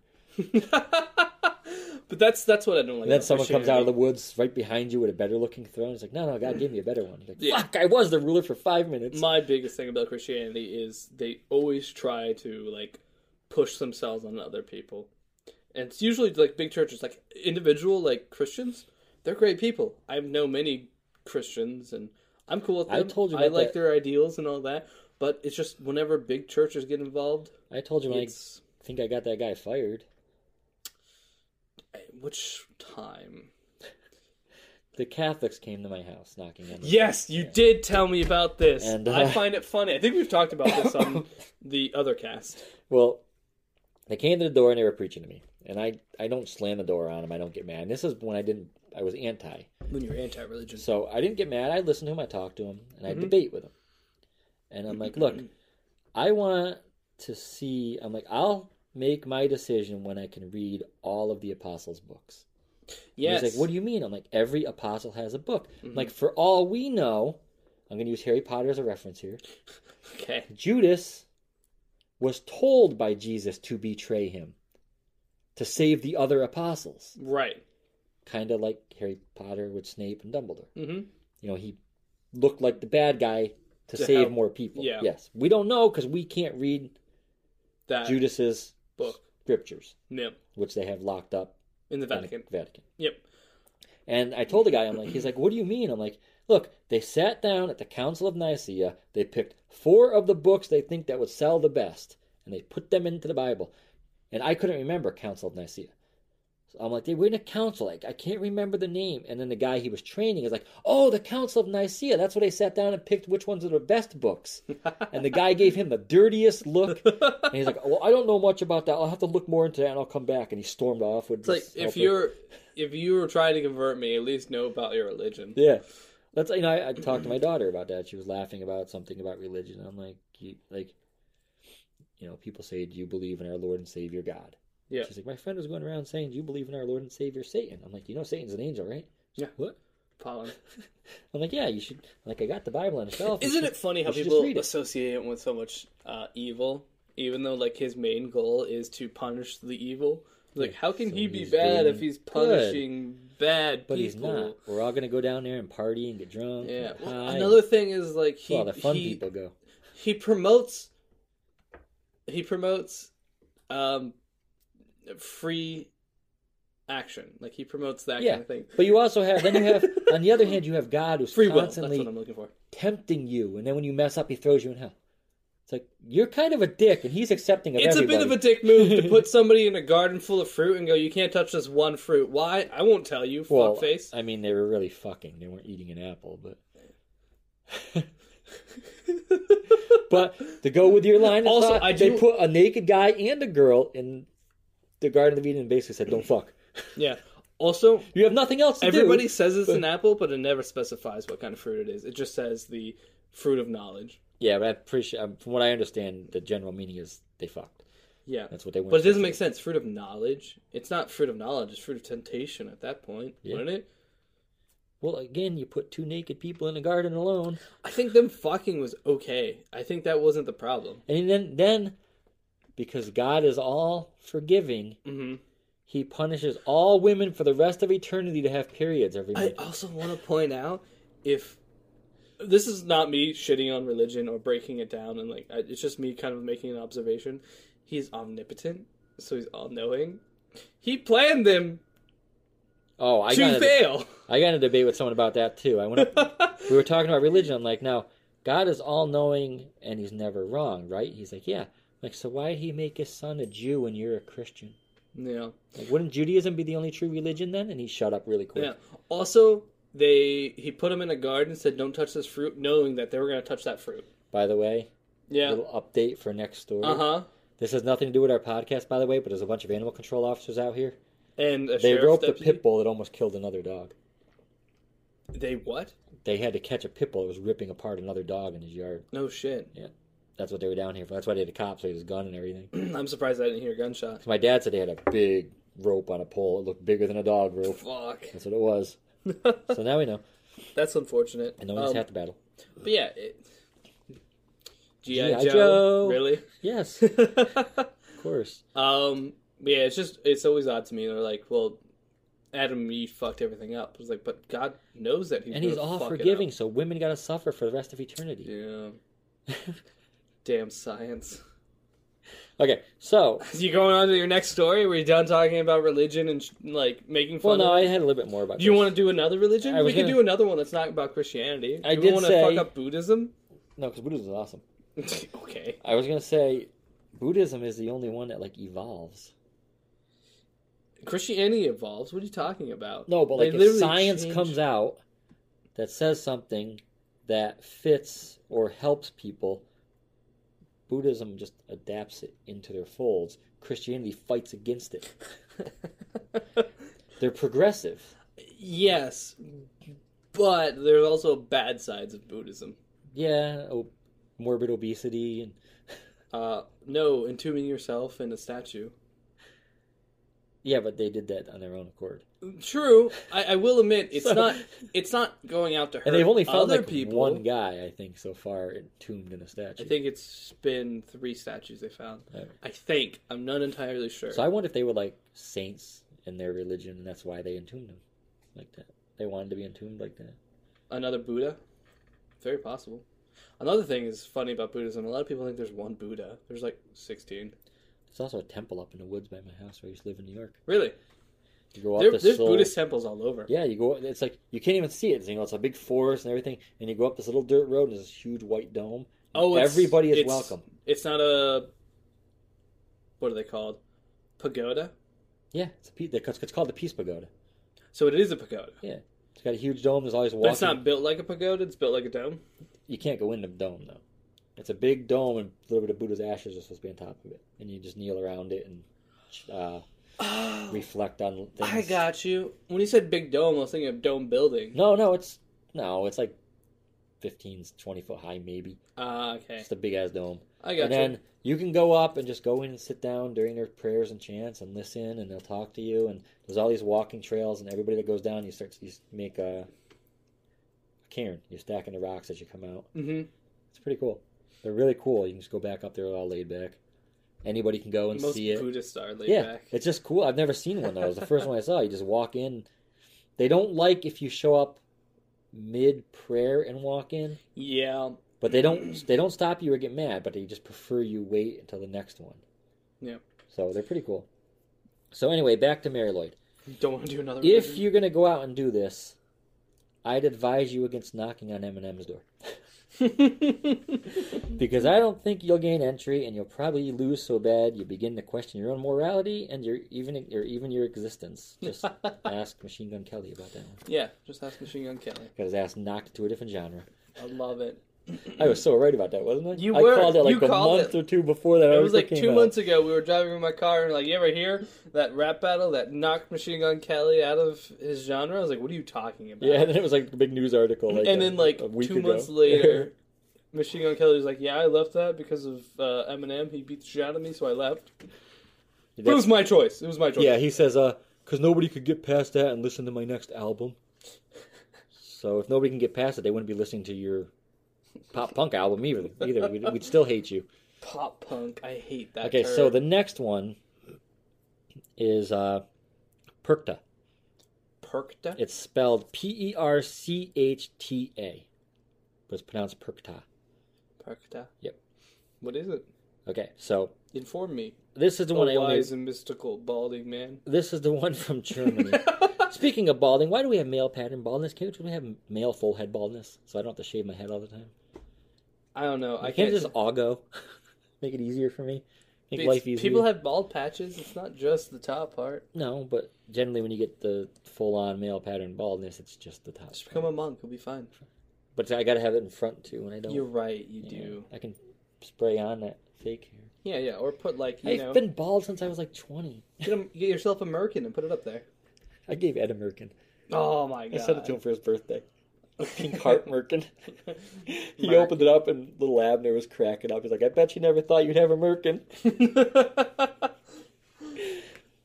S1: But that's that's what I don't like.
S2: And then someone comes out of the woods right behind you with a better looking throne. It's like, no, no, God gave me a better one. You're like,
S1: Yeah.
S2: fuck, I was the ruler for five minutes.
S1: my biggest thing about Christianity is they always try to like push themselves on other people. And it's usually like big churches, like individual like Christians, they're great people. I know many Christians and I'm cool with
S2: I
S1: them.
S2: told you
S1: I
S2: about
S1: like
S2: that.
S1: their ideals and all that. But it's just whenever big churches get involved,
S2: I told you when I
S1: it's
S2: think I got that guy fired.
S1: eh, Which time?
S2: The Catholics came to my house knocking on. the
S1: Yes, you did tell me about this.
S2: And, uh,
S1: I find it funny. I think we've talked about this on the other cast.
S2: Well, they came to the door and they were preaching to me, and I I don't slam the door on them. I don't get mad. And this is when I didn't. I was anti,
S1: When you're anti-religion,
S2: so I didn't get mad. I listened to him. I talked to him, and I debate with him. And I'm like, look, I want to see. I'm like, I'll make my decision when I can read all of the apostles' books. And
S1: yes.
S2: He's like, what do you mean? I'm like, every apostle has a book. I'm like, for all we know, I'm going to use Harry Potter as a reference here.
S1: okay.
S2: Judas was told by Jesus to betray him to save the other apostles,
S1: Right.
S2: kind of like Harry Potter with Snape and Dumbledore.
S1: hmm
S2: You know, he looked like the bad guy to,
S1: To
S2: save
S1: help.
S2: more people.
S1: Yeah.
S2: Yes. We don't know because we can't read
S1: That
S2: Judas's
S1: book.
S2: scriptures,
S1: No.
S2: which they have locked up
S1: In the
S2: in the
S1: Vatican.
S2: Vatican.
S1: Yep.
S2: And I told the guy, I'm like, he's like, what do you mean? I'm like, look, they sat down at the Council of Nicaea. They picked four of the books they think that would sell the best, and they put them into the Bible. And I couldn't remember Council of Nicaea. So I'm like, they were in a council. Like, I can't remember the name. And then the guy he was training is like, oh, the Council of Nicaea. That's where they sat down and picked which ones are the best books. and the guy gave him the dirtiest look. And he's like, well, I don't know much about that. I'll have to look more into that, and I'll come back. And he stormed off with
S1: It's like
S2: this
S1: if
S2: helper.
S1: you're if you were trying to convert me, at least know about your religion.
S2: Yeah. That's you know I, I talked to my daughter about that. She was laughing about something about religion. I'm like, you, like, you know, people say, "Do you believe in our Lord and Savior God?"
S1: Yeah.
S2: She's like, my friend was going around saying, "Do you believe in our Lord and Savior Satan?" I'm like, you know, Satan's an angel, right? She's like,
S1: Yeah.
S2: What?
S1: Pollen.
S2: I'm like, yeah, you should. Like, I got the Bible on a shelf. You
S1: Isn't
S2: should-
S1: it funny how
S2: you should just
S1: people
S2: read it.
S1: associate him with so much uh, evil, even though like his main goal is to punish the evil? Like, how can
S2: so
S1: he be
S2: he's
S1: bad
S2: doing
S1: if he's
S2: good.
S1: punishing bad
S2: But he's
S1: people?
S2: not. We're all gonna go down there and party and get drunk.
S1: Yeah.
S2: And get
S1: Well,
S2: high.
S1: another thing is like
S2: That's
S1: he
S2: where all the fun
S1: he,
S2: people go.
S1: he promotes he promotes um free action. Like he promotes that
S2: Yeah.
S1: kind of thing.
S2: But you also have. Then you have. on the other hand, you have God who's
S1: Free will.
S2: constantly
S1: That's what I'm looking for.
S2: tempting you, and then when you mess up, he throws you in hell. It's like you're kind of a dick, and he's accepting of
S1: It's a bit of a dick move to put somebody in a garden full of fruit and go, "You can't touch this one fruit." Why? I won't tell you,
S2: well,
S1: fuckface.
S2: I mean, they were really fucking. They weren't eating an apple, but but to go with your line, of
S1: Also,
S2: thought,
S1: I
S2: they
S1: do-
S2: put a naked guy and a girl in the Garden of Eden, and basically said, "Don't fuck."
S1: yeah. Also,
S2: You have nothing else to
S1: everybody
S2: do.
S1: says it's an apple, but it never specifies what kind of fruit it is. It just says the fruit of knowledge.
S2: Yeah, but I appreciate. um, From what I understand, the general meaning is they fucked.
S1: Yeah.
S2: That's what they want.
S1: But it doesn't make sense. Fruit of knowledge. It's not fruit of knowledge. It's fruit of temptation at that point,
S2: Yeah.
S1: wouldn't it?
S2: Well, again, you put two naked people in a garden alone.
S1: I think them fucking was okay. I think that wasn't the problem.
S2: And then, then, because God is all forgiving,
S1: Mhm.
S2: He punishes all women for the rest of eternity to have periods every
S1: I
S2: month.
S1: also want to point out if this is not me shitting on religion or breaking it down, and like I- it's just me kind of making an observation. He's omnipotent, so he's all knowing. He planned them
S2: oh, I got,
S1: to
S2: in a,
S1: fail.
S2: I got in a debate with someone about that too. I went up, we were talking about religion. I'm like, now God is all knowing and He's never wrong, right? He's like, yeah. I'm like, so why did He make His Son a Jew and you're a Christian?
S1: Yeah.
S2: Like, wouldn't Judaism be the only true religion then? And he shut up really quick.
S1: Yeah. Also, they he put him in a garden, said, "Don't touch this fruit," knowing that they were going to touch that fruit.
S2: By the way,
S1: Yeah.
S2: little update for next story.
S1: Uh huh.
S2: This has nothing to do with our podcast, by the way, but there's a bunch of animal control officers out here.
S1: And a
S2: They
S1: sheriff's
S2: roped
S1: deputy.
S2: a pit bull that almost killed another dog.
S1: They what?
S2: They had to catch a pit bull that was ripping apart another dog in his yard.
S1: No shit.
S2: That's what they were down here for. That's why they had a cop, so he had his gun and everything. 'Cause
S1: I'm surprised I didn't hear a gunshot.
S2: my dad said they had a big rope on a pole. It looked bigger than a dog rope.
S1: Fuck.
S2: That's what it was. so now we know.
S1: That's unfortunate.
S2: And no one's
S1: Um,
S2: half the battle.
S1: But yeah. It... G.I.
S2: G.I.
S1: Joe.
S2: Joe.
S1: Really?
S2: Yes, of course.
S1: um. Yeah. It's just it's always odd to me. They're like, well. Adam, you fucked everything up. I was like, but God knows that he's
S2: And he's
S1: gonna
S2: all
S1: fuck it
S2: forgiving,
S1: up.
S2: so women got to suffer for the rest of eternity.
S1: Yeah. Damn science.
S2: Okay, so.
S1: You going on to your next story? Were you done talking about religion and sh- like making
S2: Well,
S1: fun?
S2: no,
S1: of
S2: I
S1: it?
S2: had a little bit more about
S1: Do you want to do another religion?
S2: I
S1: We
S2: was
S1: can
S2: gonna-
S1: do another one that's not about Christianity.
S2: I
S1: you
S2: did
S1: want to
S2: say-
S1: fuck up Buddhism?
S2: No, because Buddhism is awesome.
S1: okay.
S2: I was going to say Buddhism is the only one that, like, evolves.
S1: Christianity evolves. What are you talking about?
S2: No, but
S1: They
S2: like if
S1: literally
S2: science
S1: change-
S2: comes out that says something that fits or helps people, Buddhism just adapts it into their folds. Christianity fights against it. They're progressive.
S1: yes, but there's also bad sides of Buddhism.
S2: Yeah, oh, morbid obesity and
S1: Uh, no, entombing yourself in a statue.
S2: yeah, but they did that on their own accord.
S1: True, I, I will admit it's
S2: So-
S1: not it's not going out to hurt
S2: And they've only found
S1: other
S2: like
S1: people.
S2: one guy, I think, so far entombed in a statue.
S1: I think it's been three statues they found.
S2: Right.
S1: I think I'm not entirely sure.
S2: So I wonder if they were like saints in their religion, and that's why they entombed them like that. They wanted to be entombed like that.
S1: Another Buddha, very possible. Another thing is funny about Buddhism. A lot of people think there's one Buddha. There's like 16.
S2: There's also a temple up in the woods by my house where I used to live in New York.
S1: Really,
S2: You go up
S1: there,
S2: this
S1: there's
S2: little,
S1: Buddhist temples all over.
S2: yeah. You go. It's like you can't even see it. You know, it's a big forest and everything, and you go up this little dirt road and there's this huge white dome.
S1: Oh, it's-
S2: everybody is
S1: it's-
S2: welcome.
S1: It's not a what are they called? Pagoda.
S2: Yeah, it's, a, pe- it's it's called the Peace Pagoda.
S1: So it is a pagoda,
S2: It's got a huge dome. There's always walking.
S1: but it's not built like a pagoda. It's built like a dome.
S2: You can't go in the dome though. It's a big dome, and a little bit of Buddha's ashes are supposed to be on top of it, and you just kneel around it and uh, reflect on things.
S1: Ah, I got you. When you said big dome, I was thinking of dome building.
S2: No, no, it's no, it's like 15, 20 foot high, maybe.
S1: Ah, okay.
S2: It's a big ass dome.
S1: I got
S2: and
S1: you.
S2: then you can go up and just go in and sit down during their prayers and chants and listen, and they'll talk to you. And there's all these walking trails, and everybody that goes down, you start you make a, cairn. You're stacking the rocks as you come out.
S1: hmm
S2: It's pretty cool. They're really cool. You can just go back up there all laid back. Anybody can go and
S1: Most
S2: see it.
S1: Buddhists are laid
S2: yeah,
S1: back.
S2: it's just cool. I've never seen one though. It was the first one I saw. You just walk in. They don't like if you show up mid prayer and walk in,
S1: Yeah,
S2: but they don't they don't stop you or get mad, but they just prefer you wait until the next one.
S1: Yeah.
S2: So they're pretty cool. So anyway, back to Mary Lloyd.
S1: don't want to do another.
S2: If
S1: religion.
S2: you're gonna go out and do this, I'd advise you against knocking on Eminem's door. Because I don't think you'll gain entry, and you'll probably lose so bad you begin to question your own morality and your even or even your existence. Just ask Machine Gun Kelly about that one.
S1: yeah, just ask Machine Gun Kelly.
S2: Got his ass knocked to a different genre.
S1: I love it.
S2: I was so right about that, wasn't I?
S1: You
S2: I
S1: were.
S2: called it like
S1: You
S2: a
S1: called
S2: month
S1: it.
S2: or two before that.
S1: It was like two months ago. We were driving in my car and like, you ever hear that rap battle that knocked Machine Gun Kelly out of his genre? I was like, what are you talking about?
S2: Yeah, and then it was like a big news article. Like
S1: and
S2: a-
S1: then like
S2: a week
S1: two
S2: ago.
S1: months later, Machine Gun Kelly was like, "Yeah, I left that because of uh, Eminem. He beat the shit out of me, so I left. But it was my choice. It was my choice.
S2: yeah, he says, uh, because nobody could get past that and listen to my next album. So if nobody can get past it, they wouldn't be listening to your pop punk album either. Either we'd, we'd still hate you.
S1: Pop punk. I hate that.
S2: Okay,
S1: term.
S2: so the next one is uh, Perkta.
S1: Perkta.
S2: It's spelled P E R C H T A, but it's pronounced Perkta.
S1: Perkta.
S2: Yep.
S1: What is it?
S2: Okay, so
S1: Inform me.
S2: this is the
S1: A
S2: one I only.
S1: wise and mystical balding man.
S2: This is the one from Germany. Speaking of balding, why do we have male pattern baldness? Can't we have male full head baldness? So I don't have to shave my head all the time.
S1: I don't know.
S2: I
S1: I
S2: can't
S1: can't.
S2: just all go. Make it easier for me. Make
S1: it's-
S2: life easier.
S1: People have bald patches. It's not just the top part.
S2: no, but generally when you get the full on male pattern baldness, it's just the top.
S1: Just
S2: part.
S1: become a monk. You'll be fine.
S2: But I gotta have it in front too when I don't.
S1: You're right. You
S2: Yeah,
S1: do.
S2: I can spray on that fake hair.
S1: Yeah, yeah. Or put like you
S2: I've
S1: know,
S2: been bald since I was like 20.
S1: get, 'em- get yourself a merkin and put it up there.
S2: I gave Ed a merkin.
S1: Oh my
S2: I
S1: god.
S2: sent it to him for his birthday. A pink heart merkin. he
S1: Merkin.
S2: opened it up and little Abner was cracking up. He's like, I bet you never thought you'd have a merkin.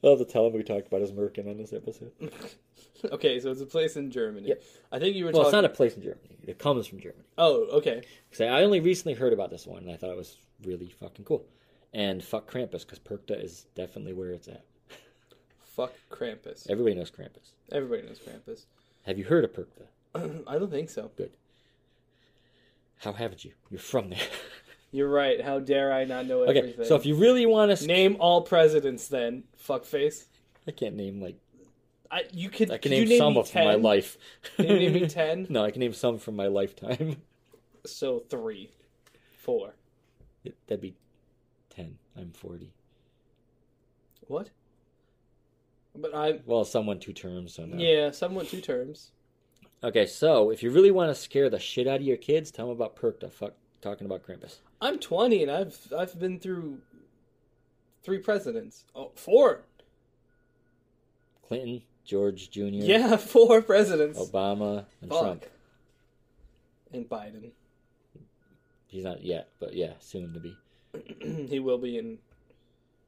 S2: I'll have to tell him we talked about his merkin on this episode.
S1: okay, so it's a place in Germany.
S2: Yep.
S1: I think you were
S2: Well, it's
S1: talking.
S2: not a place in Germany. It comes from Germany.
S1: Oh, okay.
S2: Because I only recently heard about this one and I thought it was really fucking cool. And fuck Krampus, because Perkta is definitely where it's at.
S1: Fuck Krampus.
S2: Everybody knows Krampus.
S1: Everybody knows Krampus.
S2: Have you heard of Perkta?
S1: I don't think so.
S2: How haven't you? You're from there.
S1: You're right. How dare I not know
S2: okay,
S1: everything?
S2: so if you really want to,
S1: name all presidents, then fuckface.
S2: I can't name like
S1: I you could.
S2: I can
S1: could
S2: name,
S1: you name
S2: some
S1: me
S2: of my
S1: 10?
S2: life.
S1: Can you name me ten?
S2: no, I can name some from my lifetime.
S1: So three, four.
S2: That'd be ten. I'm forty.
S1: What? But I
S2: Well, someone two terms, so no.
S1: yeah, somewhat two terms.
S2: Okay, so if you really want to scare the shit out of your kids, tell them about Perk the fuck talking about Krampus.
S1: I'm 20 and I've I've been through three presidents. Oh, four.
S2: Clinton, George Jr.,
S1: Yeah, four presidents.
S2: Obama, and
S1: Fuck.
S2: Oh, Trump.
S1: And Biden.
S2: He's not yet, but yeah, soon to be.
S1: he will be in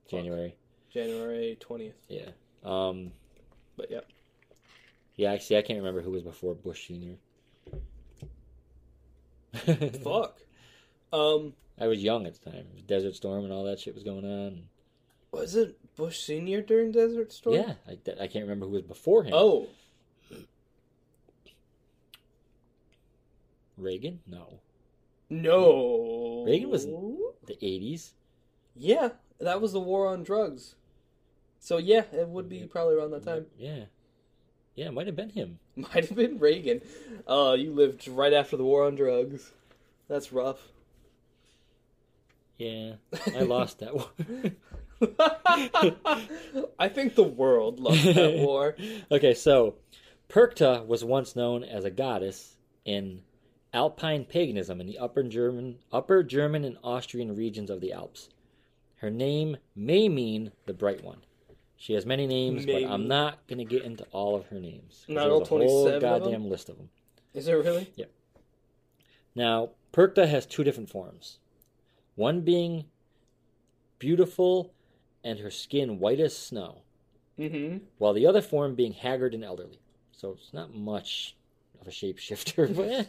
S2: January.
S1: January 20th.
S2: Yeah. Um
S1: But yeah.
S2: yeah, actually I can't remember who was before Bush Jr.
S1: Fuck. Um
S2: I was young at the time. Desert Storm and all that shit was going on.
S1: was it Bush senior during Desert Storm?
S2: Yeah, I, I can't remember who was before him.
S1: Oh,
S2: Reagan? No.
S1: no.
S2: Reagan was- The 80s?
S1: Yeah, that was the war on drugs. So yeah, it would be probably around that time.
S2: Yeah. Yeah, it might have been him.
S1: Might have been Reagan. Uh, you lived right after the war on drugs. That's rough.
S2: Yeah. I lost that one.
S1: I think the world loves that war.
S2: okay, so Perkta was once known as a goddess in Alpine paganism in the upper German, upper German and Austrian regions of the Alps. Her name may mean the bright one. She has many names,
S1: Maybe.
S2: but I'm not going to get into all of her names. 'cause
S1: Not
S2: there's
S1: all
S2: a whole
S1: 27 of them?
S2: goddamn list of them.
S1: Is it really?
S2: Now, Perkta has two different forms. One being beautiful and her skin white as snow,
S1: Mm-hmm.
S2: while the other form being haggard and elderly. So it's not much of a shapeshifter, but eh.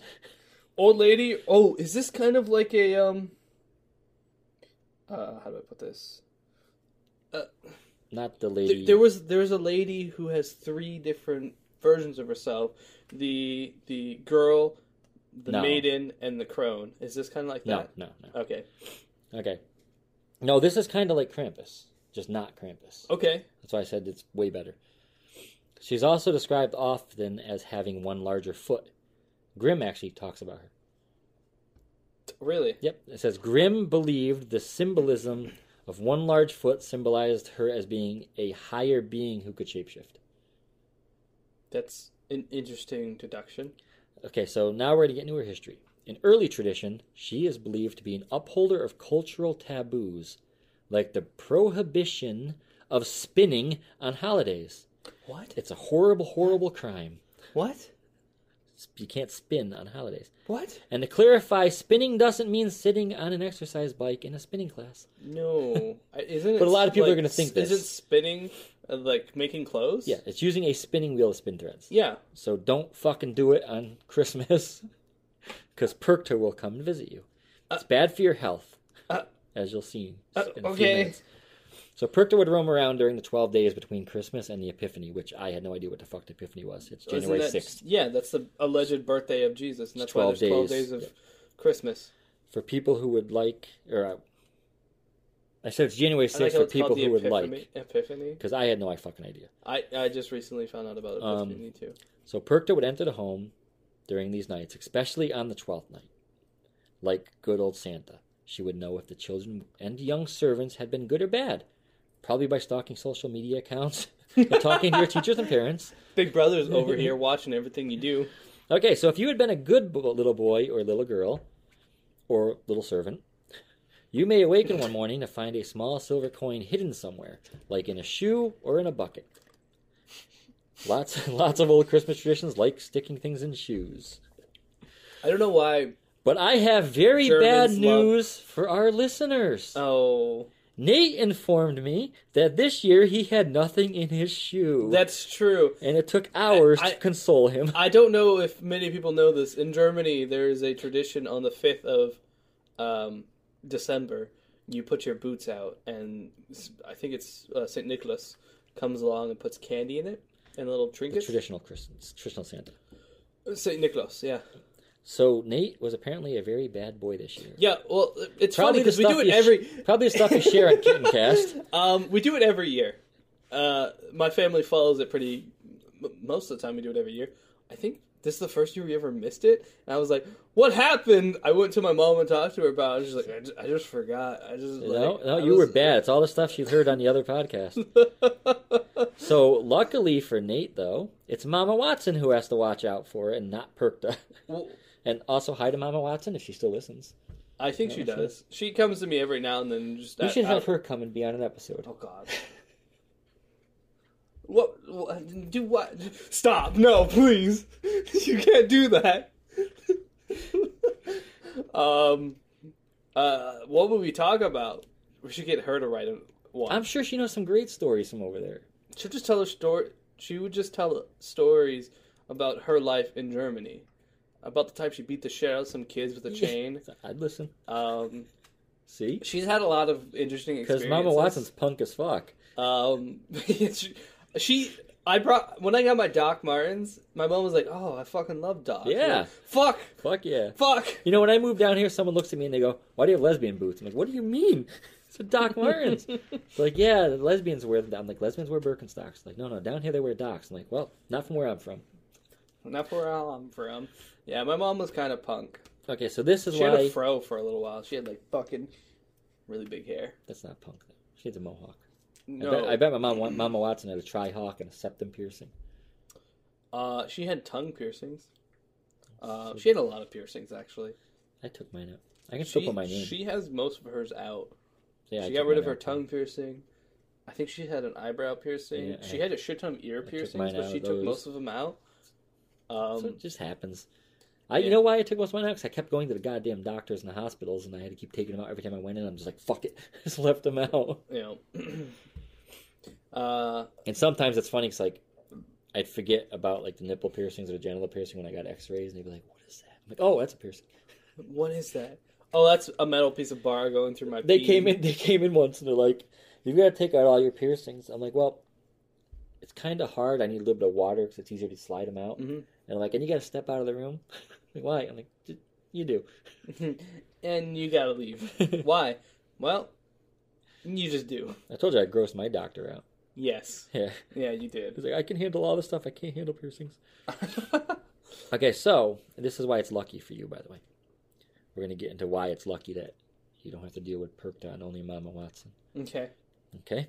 S1: Old lady. Oh, is this kind of like a um? Uh, how do I put this?
S2: not the
S1: Th-
S2: lady.
S1: there was there was a lady who has three different versions of herself. The the girl, the
S2: No.
S1: maiden, and the crone. Is this kind of like
S2: no,
S1: that?
S2: no, no.
S1: Okay.
S2: Okay. No, this is kind of like Krampus, just not Krampus.
S1: Okay.
S2: That's why I said it's way better. She's also described often as having one larger foot. Grimm actually talks about her.
S1: Really?
S2: Yep. It says Grimm believed the symbolism of one large foot symbolized her as being a higher being who could shapeshift.
S1: That's an interesting deduction.
S2: Okay, so now we're going to get into her history. In early tradition, she is believed to be an upholder of cultural taboos, like the prohibition of spinning on holidays.
S1: What?
S2: It's a horrible, horrible crime.
S1: What?
S2: You can't spin on holidays.
S1: What?
S2: And to clarify, spinning doesn't mean sitting on an exercise bike in a spinning class.
S1: No, I- isn't it?
S2: But a lot of people are
S1: like,
S2: gonna think
S1: s- Is
S2: this.
S1: it spinning, uh, like making clothes?
S2: Yeah, it's using a spinning wheel to spin threads.
S1: yeah.
S2: So don't fucking do it on Christmas, because Perkta will come and visit you. It's bad for your health,
S1: Uh,
S2: as you'll see.
S1: uh,
S2: in a few
S1: okay.
S2: minutes. So Perkta would roam around during the 12 days between Christmas and the Epiphany, which I had no idea what the fuck the Epiphany was. It's
S1: Isn't
S2: January
S1: that-
S2: 6th.
S1: Yeah, that's the alleged birthday of Jesus, and that's why
S2: 12
S1: there's twelve
S2: days.
S1: days, of Christmas.
S2: For people who would like, or uh, I said it's January
S1: I
S2: 6th
S1: like how
S2: for
S1: it's called
S2: people
S1: the
S2: who would
S1: Epiphany-
S2: like,
S1: Epiphany.
S2: because I had no fucking idea.
S1: I I just recently found out about
S2: Um,
S1: Epiphany too.
S2: So Perkta would enter the home during these nights, especially on the twelfth night. Like good old Santa, she would know if the children and young servants had been good or bad, probably by stalking social media accounts and talking to your teachers and parents.
S1: Big Brother's over here watching everything you do.
S2: Okay, so if you had been a good bo- little boy or little girl, or little servant, you may awaken one morning to find a small silver coin hidden somewhere, like in a shoe or in a bucket. Lots, lots of old Christmas traditions like sticking things in shoes.
S1: I don't know why.
S2: But I have very
S1: Germans
S2: bad
S1: love-
S2: news for our listeners.
S1: Oh,
S2: Nate informed me that this year he had nothing in his shoe.
S1: that's true.
S2: and it took hours
S1: I-
S2: to console him.
S1: I don't know if many people know this. In Germany, there is a tradition on the 5th of um, December. You put your boots out, and s- I think it's uh, St. Nicholas comes along and puts candy in it and little
S2: The
S1: trinkets.
S2: traditional Christmas, traditional Santa.
S1: St. Nicholas, yeah.
S2: So Nate was apparently a very bad boy this year.
S1: Yeah, well, it's funny
S2: Probably the
S1: because we
S2: stuff
S1: do it
S2: you sh-
S1: every.
S2: Probably the stuff you share on Kittencast.
S1: Um, we do it every year. Uh, my family follows it pretty. m- Most of the time, we do it every year. I think this is the first year we ever missed it, and I was like, "What happened?" I went to my mom and talked to her about. it. She's like, "I just, I just forgot. I just like,
S2: No, no,
S1: I
S2: you were
S1: was-
S2: bad. It's all the stuff she's heard on the other podcast. So luckily for Nate, though, it's Mama Watson who has to watch out for it, and not Perkta.
S1: Well,
S2: and also hi to Mama Watson if she still listens.
S1: I think
S2: No,
S1: she
S2: she-
S1: does. She comes to me every now and then. and Just I-
S2: We should
S1: I-
S2: have her come and be on an episode.
S1: Oh God. What, what? Do what? Stop! No, please. You can't do that. um, uh, what would we talk about? We should get her to write a one.
S2: I'm sure she knows some great stories from over there.
S1: She'll just tell her story. She would just tell stories about her life in Germany, about the time she beat the shit out of some kids with a chain.
S2: So I'd listen.
S1: Um,
S2: See,
S1: she's had a lot of interesting
S2: because
S1: experiences.
S2: Mama Watson's punk as fuck.
S1: Um, she, she, I brought when I got my Doc Martens. My mom was like, "Oh, I fucking love Doc."
S2: Yeah.
S1: Like, fuck,
S2: Fuck yeah.
S1: fuck.
S2: You know, when I moved down here, someone looks at me and they go, "Why do you have lesbian boots?" I'm like, "What do you mean?" It's a Doc Martens. it's like, yeah, the lesbians wear them. I'm like, lesbians wear Birkenstocks. Like, no, no, down here they wear Docs. I'm like, well, not from where I'm from.
S1: Not for where I'm from. Yeah, my mom was kind of punk.
S2: Okay, so this is
S1: She had
S2: why
S1: a fro for a little while. She had like fucking really big hair.
S2: that's not punk. Though. She has a mohawk.
S1: No,
S2: I, bet, I bet my mom, wa- Mama Watson, had a trihawk and a septum piercing.
S1: uh, she had tongue piercings. Uh, she had a lot of piercings actually.
S2: I took mine out. I can still
S1: She,
S2: put my name.
S1: she has most of hers out.
S2: yeah, I
S1: she
S2: took
S1: got rid
S2: mine
S1: of her
S2: out.
S1: tongue piercing. I think she had an eyebrow piercing.
S2: Yeah,
S1: she
S2: I-
S1: had a shit ton of ear
S2: took
S1: piercings,
S2: mine
S1: but
S2: out
S1: she
S2: of
S1: took
S2: those.
S1: most of them out.
S2: So
S1: Um,
S2: it just happens. I,
S1: yeah.
S2: You know why I took most of mine out? Because I kept going to the goddamn doctors and the hospitals, and I had to keep taking them out every time I went in. I'm just like, fuck it, just left them out.
S1: you know. uh,
S2: And sometimes it's funny because like I'd forget about like the nipple piercings or the genital piercing when I got X-rays, and they'd be like, "What is that?" I'm like, "Oh, that's a piercing."
S1: what is that? Oh, that's a metal piece of bar going through my.
S2: They
S1: pee.
S2: came in. They came in once, and they're like, "You've got to take out all your piercings." I'm like, "Well, it's kind of hard. I need a little bit of water because it's easier to slide them out."
S1: Mhm.
S2: And they're like, "And you got to step out of the room." like, why? I'm like, "J- "You do."
S1: Mm-hmm. and you gotta leave. Why? Well, you just do.
S2: I told you I grossed my doctor out.
S1: Yes.
S2: Yeah,
S1: Yeah, you did.
S2: he's like, "I can handle all this stuff. I can't handle piercings." Okay, so this is why it's lucky for you, by the way. We're gonna get into why it's lucky that you don't have to deal with Perkta and only Mama Watson.
S1: okay.
S2: Okay,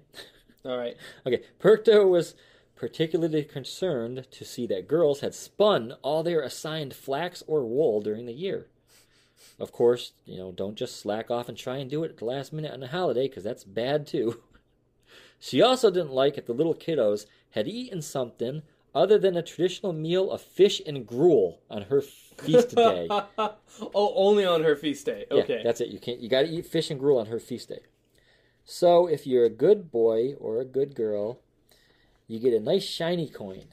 S1: All right.
S2: okay. Perkta was particularly concerned to see that girls had spun all their assigned flax or wool during the year. Of course, you know, don't just slack off and try and do it at the last minute on a holiday, because that's bad too. She also didn't like if the little kiddos had eaten something other than a traditional meal of fish and gruel on her feast day.
S1: oh, only on her feast day. Okay.
S2: Yeah, that's it. You can't. You got to eat fish and gruel on her feast day. So if you're a good boy or a good girl, you get a nice shiny coin.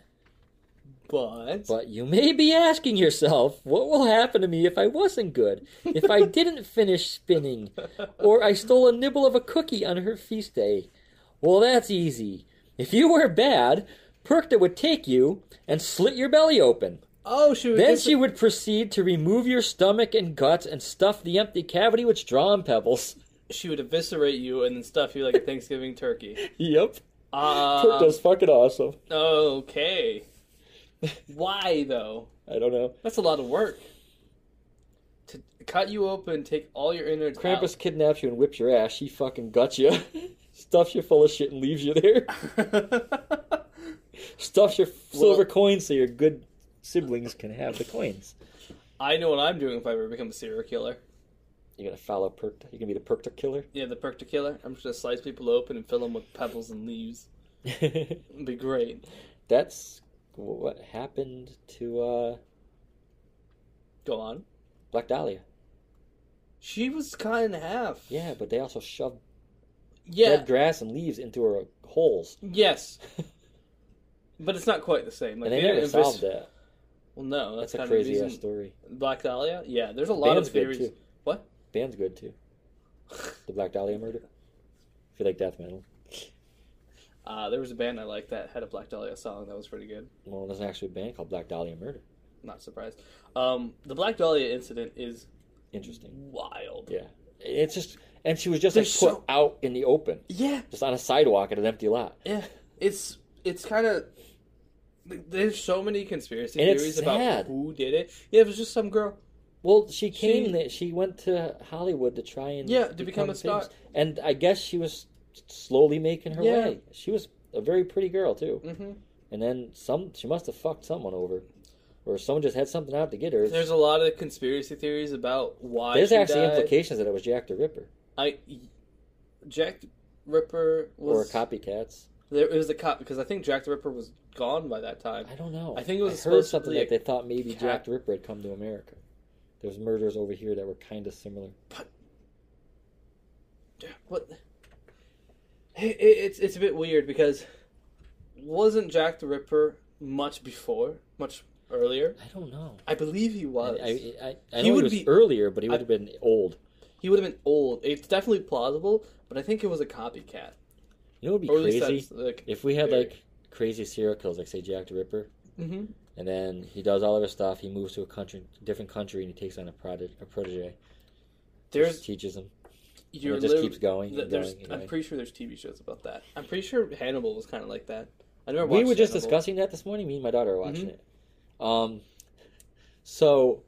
S1: but
S2: But you may be asking yourself, what will happen to me if I wasn't good? If I didn't finish spinning, or I stole a nibble of a cookie on her feast day? Well, that's easy. If you were bad, Perkta would take you and slit your belly open.
S1: oh, she was
S2: Then
S1: just-
S2: she would proceed to remove your stomach and guts and stuff the empty cavity with straw and pebbles.
S1: she would eviscerate you and then stuff you like a Thanksgiving turkey.
S2: Yep.
S1: Uh,
S2: Crypto's fucking awesome.
S1: okay. Why though?
S2: I don't know.
S1: That's a lot of work. To cut you open, take all your innards
S2: Krampus kidnaps you and whips your ass. She fucking guts you. Stuffs you full of shit and leaves you there.
S1: out.
S2: Stuffs your silver
S1: Well-
S2: coins so your good siblings can have the coins.
S1: I know what I'm doing if I ever become a serial killer.
S2: You're gonna follow Perkta. You're gonna be the Perkta killer.
S1: Yeah, the perk to killer. I'm just gonna slice people open and fill them with pebbles and leaves. It'd be great.
S2: That's what happened to uh,
S1: Go on.
S2: Black Dahlia.
S1: She was cut in half.
S2: Yeah, but they also shoved
S1: Yeah.
S2: dead grass and leaves into her holes,
S1: Yes. But it's not quite the same. Like
S2: and they
S1: didn't
S2: never
S1: invis-
S2: solved that.
S1: Well, no, that's,
S2: That's a
S1: kind of the
S2: crazy ass
S1: reason.
S2: story.
S1: Black Dahlia. Yeah, there's a lot
S2: Band's
S1: of
S2: good,
S1: theories.
S2: too.
S1: What?
S2: Band's good too. The Black Dahlia murder. If you like death metal.
S1: Uh, there was a band I liked that had a Black Dahlia song that was pretty good.
S2: Well, there's actually a band called Black Dahlia Murder.
S1: Not surprised. Um, the Black Dahlia incident is
S2: Interesting.
S1: wild.
S2: Yeah. It's just, and she was just like put
S1: There's so-
S2: out in the open,
S1: Yeah,
S2: just on a sidewalk at an empty lot.
S1: yeah. It's it's kind of there's so many conspiracy
S2: And it's
S1: theories about
S2: sad.
S1: who did it. Yeah, it was just some girl.
S2: Well, she came.
S1: She-
S2: She, she went to Hollywood to try and
S1: Yeah, to become a star.
S2: famous. And I guess she was slowly making her
S1: Yeah.
S2: way. She was a very pretty girl too.
S1: hmm
S2: And then some, she must have fucked someone over, or someone just had something out to get her.
S1: There's a lot of conspiracy theories about why
S2: There's
S1: she
S2: actually
S1: died.
S2: implications that it was Jack the Ripper
S1: I Jack the Ripper
S2: or
S1: was
S2: copycats.
S1: there it was the cop because I think Jack the Ripper was gone by that time.
S2: I don't know.
S1: I think it was
S2: heard
S1: supposed to
S2: something
S1: be
S2: that
S1: a
S2: they thought maybe
S1: cat-
S2: Jack the Ripper had come to America. There was murders over here that were kind of similar.
S1: What? It, it- it's it's a bit weird because wasn't Jack the Ripper much before, much earlier?
S2: I don't know.
S1: I believe he was.
S2: I, I, I,
S1: He
S2: I know he
S1: would
S2: was
S1: be-
S2: earlier, but he
S1: I-
S2: would have been old.
S1: he would have been old. It's definitely plausible, but I think it was a copycat.
S2: You know, what would be
S1: Or at least
S2: crazy
S1: that's like.
S2: if we had
S1: theory.
S2: like crazy serial killers, like say Jack the Ripper,
S1: hmm
S2: and then he does all of his stuff. He moves to a country, different country, and he takes on a prodigy, a protege.
S1: There's
S2: just teaches him. and
S1: you're
S2: it just
S1: lit-
S2: keeps going.
S1: th-
S2: And
S1: there's,
S2: going and
S1: I'm
S2: going.
S1: pretty sure there's TV shows about that. I'm pretty sure Hannibal was kind of like that. I never watched.
S2: we were just
S1: Hannibal. Mm-hmm.
S2: discussing that this morning. Me and my daughter are watching it. Um, so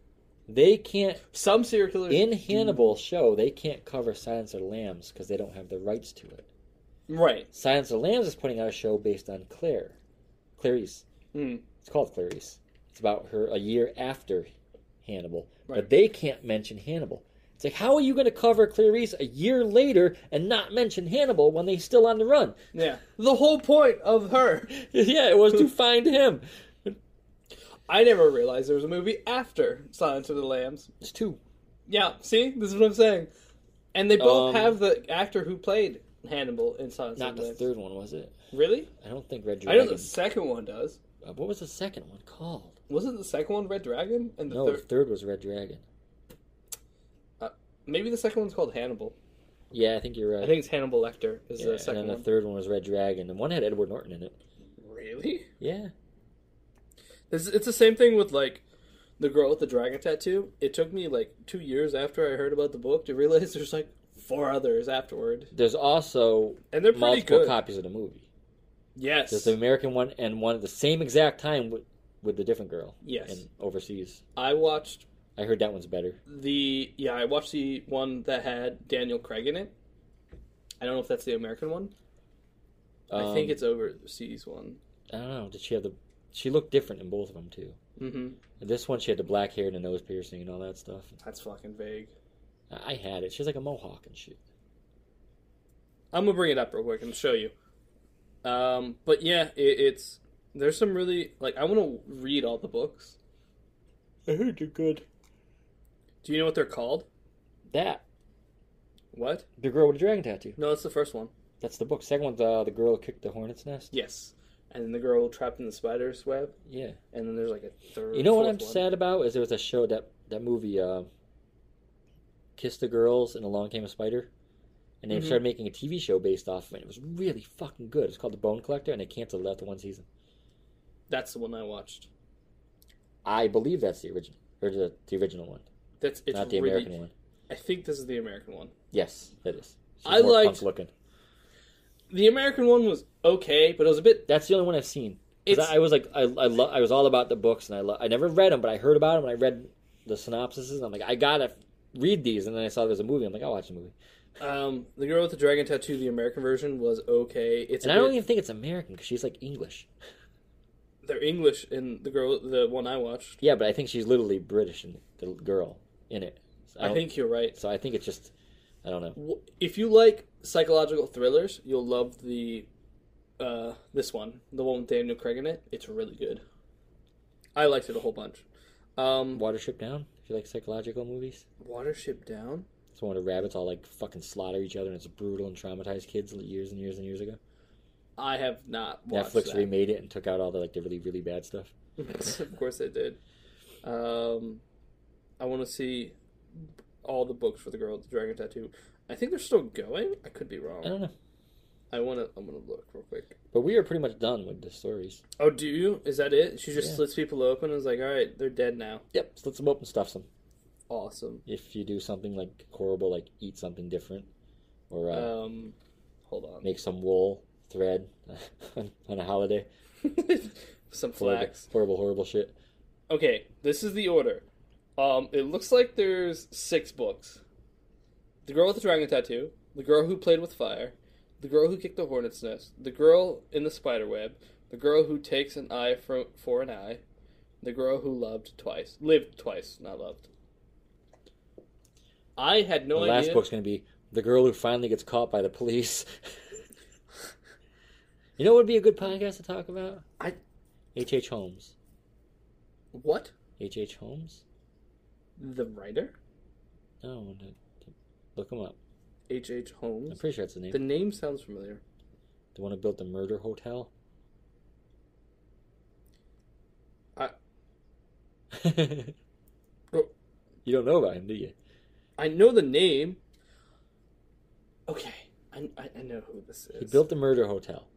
S2: they can't
S1: some serial killers
S2: in Hannibal show they can't cover Silence of the Lambs because they don't have the rights to it.
S1: Right.
S2: Silence of the Lambs is putting out a show based on Claire, Clarice.
S1: Mm.
S2: It's called Clarice. It's about her a year after Hannibal,
S1: Right.
S2: but they can't mention Hannibal. It's like how are you going to cover Clarice a year later and not mention Hannibal when he's still on the run?
S1: Yeah. The whole point of her.
S2: yeah, it was to find him.
S1: I never realized there was a movie after Silence of the Lambs.
S2: It's two.
S1: Yeah, see, this is what I'm saying. And they both
S2: Um,
S1: have the actor who played Hannibal in Silence
S2: Not
S1: of the
S2: the
S1: Lambs.
S2: third one, was it?
S1: Really?
S2: I don't think Red
S1: I know
S2: Dragon.
S1: the second one does.
S2: uh, what was the second one called?
S1: Wasn't the second one Red Dragon? And the
S2: no, the
S1: third,
S2: third was Red Dragon.
S1: maybe the second one's called Hannibal.
S2: Yeah, I think you're right.
S1: I think it's Hannibal Lecter is
S2: Yeah,
S1: the second
S2: and then
S1: one.
S2: the third one was Red Dragon. The one had Edward Norton in it.
S1: Really?
S2: Yeah.
S1: It's, it's the same thing with like the girl with the dragon tattoo. It took me like two years after I heard about the book to realize there's like four others afterward,
S2: There's also
S1: and they're pretty
S2: multiple
S1: good.
S2: copies of the movie.
S1: yes,
S2: There's the American one and one at the same exact time with, with the different girl.
S1: Yes.
S2: And overseas.
S1: I watched
S2: I heard that one's better.
S1: the yeah I watched the one that had Daniel Craig in it. I don't know if that's the American one. I think
S2: Um,
S1: it's overseas one.
S2: I don't know. Did she have the? She looked different in both of them too.
S1: hmm
S2: This one, she had the black hair and the nose piercing and all that stuff.
S1: That's fucking vague.
S2: I I had it. She has like a mohawk and shit.
S1: I'm gonna bring it up real quick and show you. Um, but yeah, it, it's there's some really like I want to read all the books.
S2: I heard you're good.
S1: Do you know what they're called?
S2: That
S1: What?
S2: the girl with the dragon tattoo.
S1: No, it's the first one.
S2: That's the book. Second one's uh, the girl who kicked the hornet's nest.
S1: Yes, and then the girl trapped in the spider's web,
S2: Yeah.
S1: and then there's like a third.
S2: You know what
S1: fourth
S2: I'm
S1: one.
S2: sad about is there was a show that that movie, uh, Kiss the Girls and Along Came a Spider, and they
S1: Mhm.
S2: started making a TV show based off of it. It was really fucking good. It's called The Bone Collector, and they canceled it after one season.
S1: That's the one I watched.
S2: I believe that's the original or the, the original one,
S1: That's it's
S2: not the
S1: really,
S2: American one.
S1: I think this is the American one.
S2: Yes, that is. She's
S1: I
S2: more
S1: liked-
S2: punk looking.
S1: The American one was okay, but it was a bit.
S2: That's the only one I've seen. 'Cause
S1: It's-
S2: I, I was like, I, I, lo- I was all about the books, and I, lo- I never read them, but I heard about them, and I read the synopsises, and I'm like, I gotta read these, and then I saw there was a movie. I'm like, I'll watch the movie,
S1: Um, the girl with the dragon tattoo, the American version was okay. It's
S2: and
S1: a
S2: I don't e-
S1: bit-
S2: even think it's American because she's like English.
S1: they're English in the girl, the one I watched.
S2: Yeah, but I think she's literally British and the girl in it. So
S1: I
S2: don't-
S1: think you're right.
S2: so. I think it's just, I don't know.
S1: W- If you like psychological thrillers, you'll love the uh, this one, the one with Daniel Craig in it. It's really good. I liked it a whole bunch. Um,
S2: Watership Down. If you like psychological movies,
S1: Watership Down.
S2: it's one where the rabbits all like fucking slaughter each other, and it's brutal and traumatized kids years and years and years ago.
S1: I have not watched
S2: Netflix
S1: that.
S2: remade it and took out all the like the really really bad stuff.
S1: of course I did. Um, I want to see all the books for the girl with the dragon tattoo. I think they're still going. I could be
S2: I
S1: wrong.
S2: don't know,
S1: I want to. I'm gonna look real quick.
S2: but we are pretty much done with the stories.
S1: Oh, do you? Is that it? She just
S2: Yeah.
S1: slits people open and is like, "All right, they're dead now."
S2: Yep, slit them open, stuff them.
S1: Awesome.
S2: If you do something like horrible, like eat something different, or uh,
S1: Um, hold on.
S2: make some wool thread on, on a holiday,
S1: Some
S2: horrible,
S1: flags.
S2: horrible, horrible shit.
S1: Okay, this is the order. Um, it looks like there's six books. The girl with the dragon tattoo, the girl who played with fire, the girl who kicked the hornet's nest, the girl in the spider web, the girl who takes an eye from for an eye, the girl who loved twice, lived twice, not loved. I had no
S2: the
S1: idea.
S2: last book's going to be the girl who finally gets caught by the police. you know what would be a good podcast to talk about?
S1: I-
S2: H. H. Holmes.
S1: What
S2: H. H. Holmes.
S1: the writer?
S2: No, no, no. look him up.
S1: H. H.
S2: I'm
S1: Holmes.
S2: pretty sure it's the name.
S1: The name sounds familiar.
S2: The one who built the murder hotel.
S1: I- Oh.
S2: you don't know about him, do you?
S1: I know the name. Okay, I, I, I know who this is.
S2: He built the murder hotel.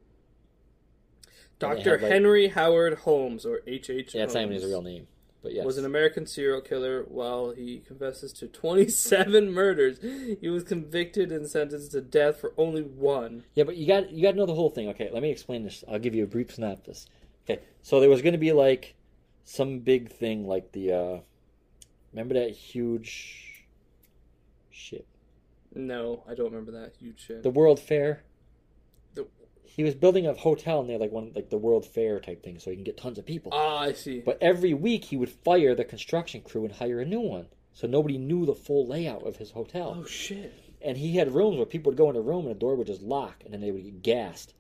S2: and they
S1: Dr.
S2: had, like-
S1: Henry Howard Holmes, or H. H.
S2: Yeah, that's not even his real name. But yes.
S1: was an American serial killer. While he confesses to 27 murders, he was convicted and sentenced to death for only one.
S2: Yeah, but you got you got to know the whole thing. Okay, let me explain this. I'll give you a brief synopsis. Okay, so there was going to be like some big thing, like the uh remember that huge shit,
S1: No, I don't remember that huge shit.
S2: the World Fair.
S1: The-
S2: He was building a hotel and they had like one like the World Fair type thing, so he can get tons of people.
S1: ah, I see.
S2: But every week he would fire the construction crew and hire a new one, so nobody knew the full layout of his hotel.
S1: oh shit!
S2: and he had rooms where people would go in a room and the door would just lock and then they would get gassed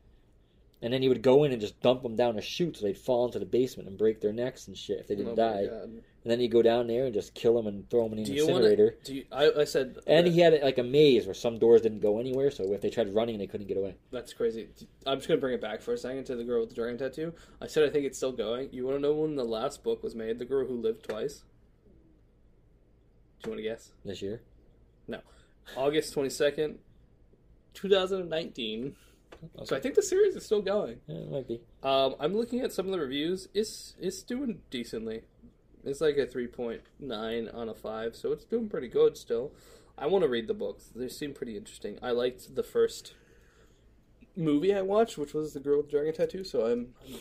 S2: and then he would go in and just dump them down a chute so they'd fall into the basement and break their necks and shit if they
S1: Oh
S2: didn't
S1: my
S2: die and
S1: God.
S2: then he'd go down there and just kill them and throw them in the
S1: Do you want
S2: incinerator
S1: to? Do you, I, I said.
S2: and
S1: that-
S2: he had like a maze where some doors didn't go anywhere so if they tried running they couldn't get away
S1: That's crazy. I'm just gonna bring it back for a second to the girl with the dragon tattoo. I said I think it's still going. You want to know when the last book was made? The girl who lived twice. Do you want to guess?
S2: this year
S1: August 22nd, 2019.
S2: Okay.
S1: So I think the series is still going.
S2: Yeah, "Eh, it might be
S1: Um, I'm looking at some of the reviews. It's it's doing decently. It's like a 3.9 on a 5, so it's doing pretty good still. I want to read the books. They seem pretty interesting. I liked the first movie I watched, which was The Girl with the Dragon Tattoo, so I'm, I'm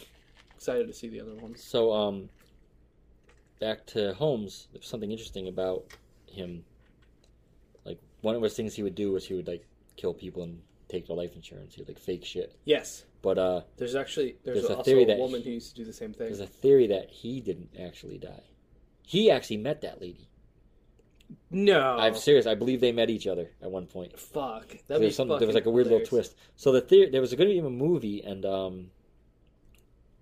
S1: excited to see the other ones.
S2: so um back to holmes there's something interesting about him like one of the things he would do was he would like kill people and take their life insurance he would like fake shit
S1: Yes,
S2: but uh
S1: there's actually there's,
S2: There's a
S1: also
S2: theory
S1: a
S2: that
S1: woman
S2: he-
S1: who used to do the same thing.
S2: There's a theory that he didn't actually die. He actually met that lady.
S1: No,
S2: I'm serious. I believe they met each other at one point.
S1: fuck. That
S2: There was, something, there was like a weird little twist. So the theory, there was going to be a movie, and um,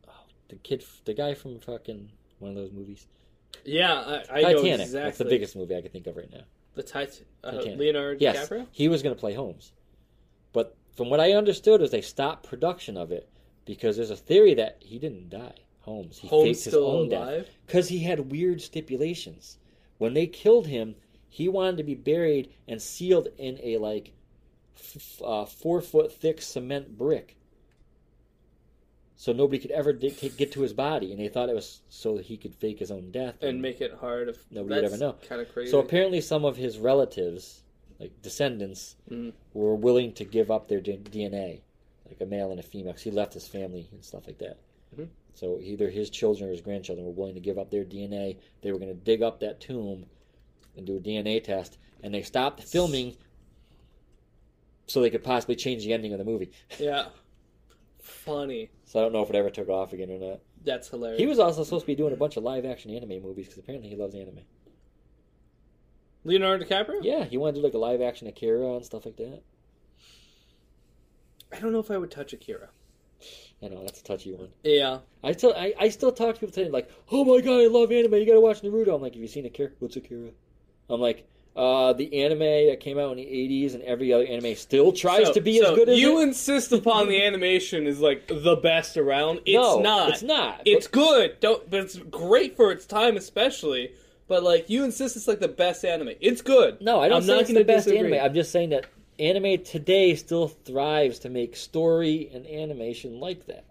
S2: oh, the kid, the guy from fucking one of those movies,
S1: Yeah, I, I know
S2: Titanic.
S1: exactly.
S2: That's the biggest movie I can think of right now.
S1: The Tit- uh,
S2: Titanic.
S1: Leonardo
S2: Yes,
S1: DiCaprio.
S2: he was going to play Holmes, but from what I understood, is they stopped production of it because there's a theory that he didn't die. Holmes, he
S1: Holmes
S2: faked his
S1: still
S2: own death.
S1: alive.
S2: because he had weird stipulations. When they killed him, he wanted to be buried and sealed in a like f- uh, four foot thick cement brick, so nobody could ever di- could get to his body. And they thought it was so that he could fake his own death
S1: and make it hard. If
S2: Nobody would ever know.
S1: Kind of crazy.
S2: So apparently, some of his relatives, like descendants,
S1: Mhm.
S2: were willing to give up their D- DNA, like a male and a female, 'cause he left his family and stuff like that.
S1: Mhm.
S2: So either his children or his grandchildren were willing to give up their DNA. They were going to dig up that tomb and do a DNA test, and they stopped filming so they could possibly change the ending of the movie.
S1: yeah, funny.
S2: So I don't know if it ever took off again or not.
S1: That's hilarious.
S2: He was also supposed to be doing a bunch of live action anime movies because apparently he loves anime.
S1: Leonardo DiCaprio.
S2: Yeah, he wanted to do like a live action Akira and stuff like that.
S1: I don't know if I would touch Akira.
S2: I know that's a touchy one.
S1: Yeah,
S2: I still, I, I still talk to people today like, "Oh my god, I love anime. You gotta watch Naruto." I'm like, "Have you seen Akira? What's Akira?" I'm like, "Uh, the anime that came out in the '80s, and every other anime still tries
S1: So-
S2: to be
S1: so
S2: as good as
S1: you
S2: it."
S1: insist upon the animation is like the best around. It's
S2: no,
S1: not.
S2: It's not.
S1: It's good. Don't. But it's great for its time, especially. But like you insist, it's like the best anime. It's good.
S2: But- no, I don't
S1: I'm
S2: say
S1: not
S2: it's
S1: gonna
S2: the best
S1: disagree.
S2: anime. I'm just saying that anime today still thrives to make story and animation like that,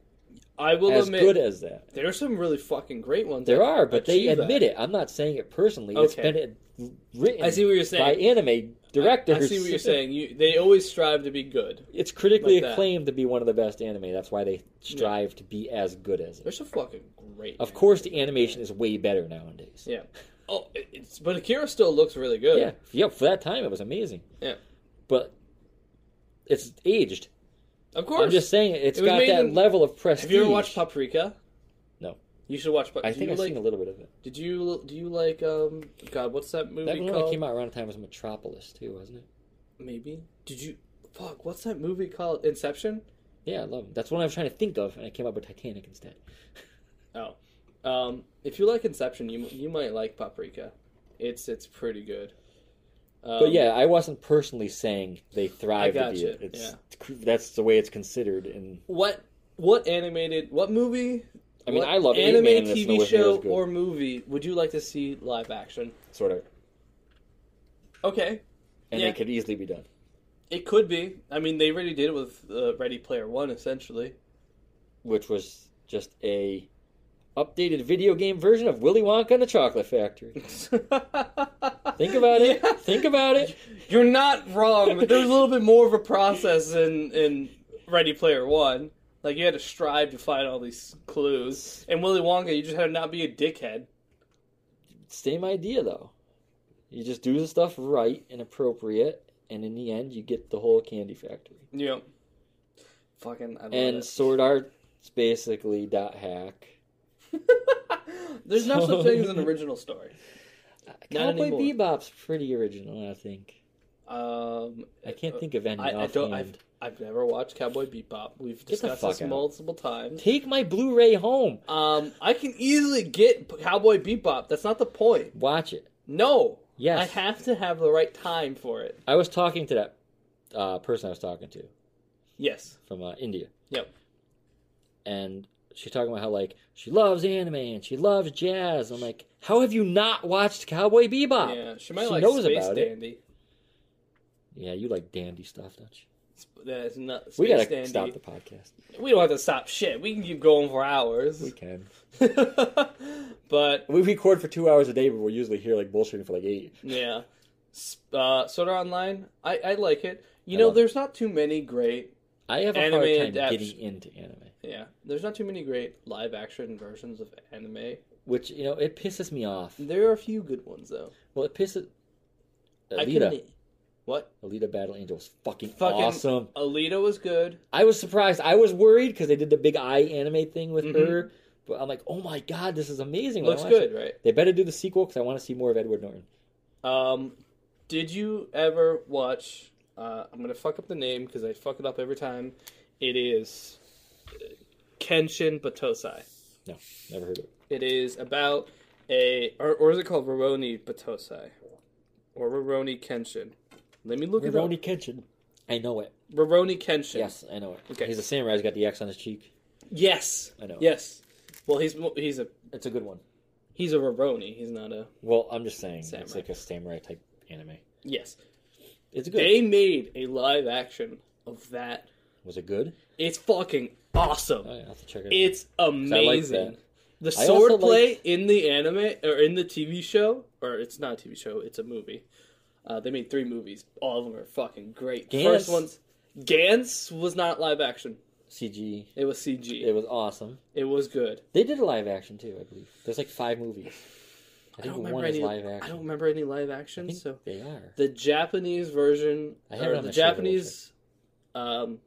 S1: I will
S2: as
S1: admit
S2: good as that.
S1: there are some really fucking great ones.
S2: There
S1: that
S2: are, but they
S1: achieve that.
S2: admit it. I'm not saying it personally. It's
S1: Okay.
S2: been uh, written.
S1: I see what you're
S2: by
S1: saying.
S2: anime directors.
S1: I see what you're saying. You, they always strive to be good.
S2: It's critically
S1: Like that.
S2: acclaimed to be one of the best anime. That's why they strive to be as good as it.
S1: There's some fucking great.
S2: Of course, the animation is way better nowadays.
S1: Yeah. Oh, it- it's but Akira still looks really good.
S2: yeah, yeah. For that time, it was amazing.
S1: Yeah.
S2: but it's aged.
S1: Of course.
S2: I'm just saying it's
S1: It was
S2: got
S1: made
S2: that
S1: in-
S2: level of prestige.
S1: Have you ever watched Paprika?
S2: No.
S1: You should watch. Pa-
S2: I
S1: do
S2: think
S1: you
S2: I've
S1: like,
S2: seen a little bit of it.
S1: Did you do you like um God? What's that movie
S2: That one
S1: called?
S2: that came out around the time was Metropolis too, wasn't it?
S1: Maybe. Did you? Fuck. What's that movie called? Inception.
S2: Yeah, I love it. That's one I was trying to think of, and I came up with Titanic instead.
S1: Oh. Um. If you like Inception, you you might like Paprika. It's it's pretty good. Um,
S2: but yeah, I wasn't personally saying they thrived
S1: I
S2: at the
S1: gotcha,
S2: It's
S1: yeah.
S2: cr- that's the way it's considered, and
S1: What what animated what movie?
S2: I mean,
S1: what
S2: I love Ape Man
S1: animated
S2: and it's
S1: TV
S2: nowhere near
S1: show
S2: as good.
S1: or movie. Would you like to see live action?
S2: sort of.
S1: Okay,
S2: And
S1: Yeah.
S2: it could easily be done.
S1: it could be. I mean, they already did it with uh, Ready Player One, essentially.
S2: which was just a updated video game version of Willy Wonka and the Chocolate Factory.
S1: Think
S2: Think about it.
S1: Yeah.
S2: Think about it.
S1: You're not wrong, but there's a little bit more of a process in in Ready Player One. Like you had to strive to find all these clues. And Willy Wonka, you just had to not be a dickhead.
S2: Same idea though. You just do the stuff right and appropriate, and in the end, you get the whole candy factory.
S1: You know, fucking. I love
S2: And
S1: it.
S2: Sword Art's basically dot hack.
S1: There's no
S2: so-
S1: such thing as an original story.
S2: Cowboy
S1: anymore.
S2: Bebop's pretty original, I think.
S1: Um,
S2: I can't think of any
S1: I, I don't.
S2: offhand.
S1: I've I've never watched Cowboy Bebop. We've
S2: the
S1: discussed
S2: fuck
S1: this
S2: out.
S1: multiple times.
S2: Take my Blu-ray home.
S1: Um, I can easily get Cowboy Bebop. That's not the point.
S2: Watch it.
S1: No.
S2: Yes.
S1: I have to have the right time for it.
S2: I was talking to that uh, person I was talking to
S1: Yes.
S2: from uh, India.
S1: Yep.
S2: and she's talking about how like she loves anime and she loves jazz. I'm like, how have you not watched Cowboy Bebop?
S1: Yeah. She might
S2: Ah, She
S1: like
S2: knows
S1: Space
S2: about it.
S1: Dandy.
S2: Yeah, you like dandy stuff, don't you?
S1: Sp- That's not Space
S2: we gotta
S1: Dandy.
S2: stop the podcast.
S1: We don't have to stop shit. We can keep going for hours.
S2: We can.
S1: but
S2: We record for two hours a day, but we're usually here like bullshitting for like eight.
S1: Yeah. S- Uh, Soda Online, I, I like it. You
S2: I
S1: know,
S2: love it.
S1: there's not too many great.
S2: I have a
S1: Anime
S2: hard time
S1: adaptation.
S2: getting into anime,
S1: Yeah, there's not too many great live action versions of anime.
S2: which you know it pisses me off.
S1: There are a few good ones though.
S2: Well, it pisses.
S1: I
S2: Alita,
S1: couldn't- What?
S2: Alita Battle Angel was e- fucking,
S1: Fucking-
S2: awesome.
S1: Alita was good.
S2: I was surprised. I was worried because they did the big eye anime thing with
S1: Mhm.
S2: her, but I'm like, oh my god, this is amazing. When I
S1: Looks
S2: watch it-
S1: good, right?
S2: They better do the sequel because I want to see more of Edward Norton.
S1: Um, did you ever watch? Uh, I'm gonna fuck up the name because I fuck it up every time. It is uh, Kenshin Batosai.
S2: No, never heard of it.
S1: It is about a, or, or is it called Roroni Batosai, or Roroni Kenshin? Let me look it
S2: Rurouni
S1: up.
S2: Kenshin. I know it.
S1: Roroni Kenshin.
S2: Yes, I know it.
S1: Okay.
S2: He's a samurai. He's got the X on his cheek.
S1: Yes.
S2: I know.
S1: Yes. Well, he's mo- he's a
S2: It's a good one.
S1: he's a Roroni. He's not a
S2: Well, I'm just saying,
S1: Samurai.
S2: it's like a samurai type anime.
S1: yes.
S2: It's good.
S1: They made a live action of that.
S2: Was it good?
S1: It's fucking awesome.
S2: Oh, yeah, I'll have to check it.
S1: It's
S2: I like
S1: amazing.
S2: that.
S1: The
S2: I also
S1: swordplay
S2: liked-
S1: in the anime or in the TV show, or it's not a TV show, it's a movie. Uh, they made three movies. All of them are fucking great.
S2: Gantz.
S1: First one's Gantz was not live action.
S2: CG.
S1: It was CG.
S2: It
S1: It,
S2: was awesome.
S1: was good.
S2: They did a live action too, I believe. There's like five movies. I
S1: I
S2: think
S1: don't remember
S2: one is
S1: any.
S2: live
S1: I
S2: action.
S1: don't remember any live
S2: I
S1: action.
S2: think
S1: so
S2: they are.
S1: the Japanese version
S2: I have it
S1: or
S2: on
S1: the
S2: my server, we'll
S1: Japanese um,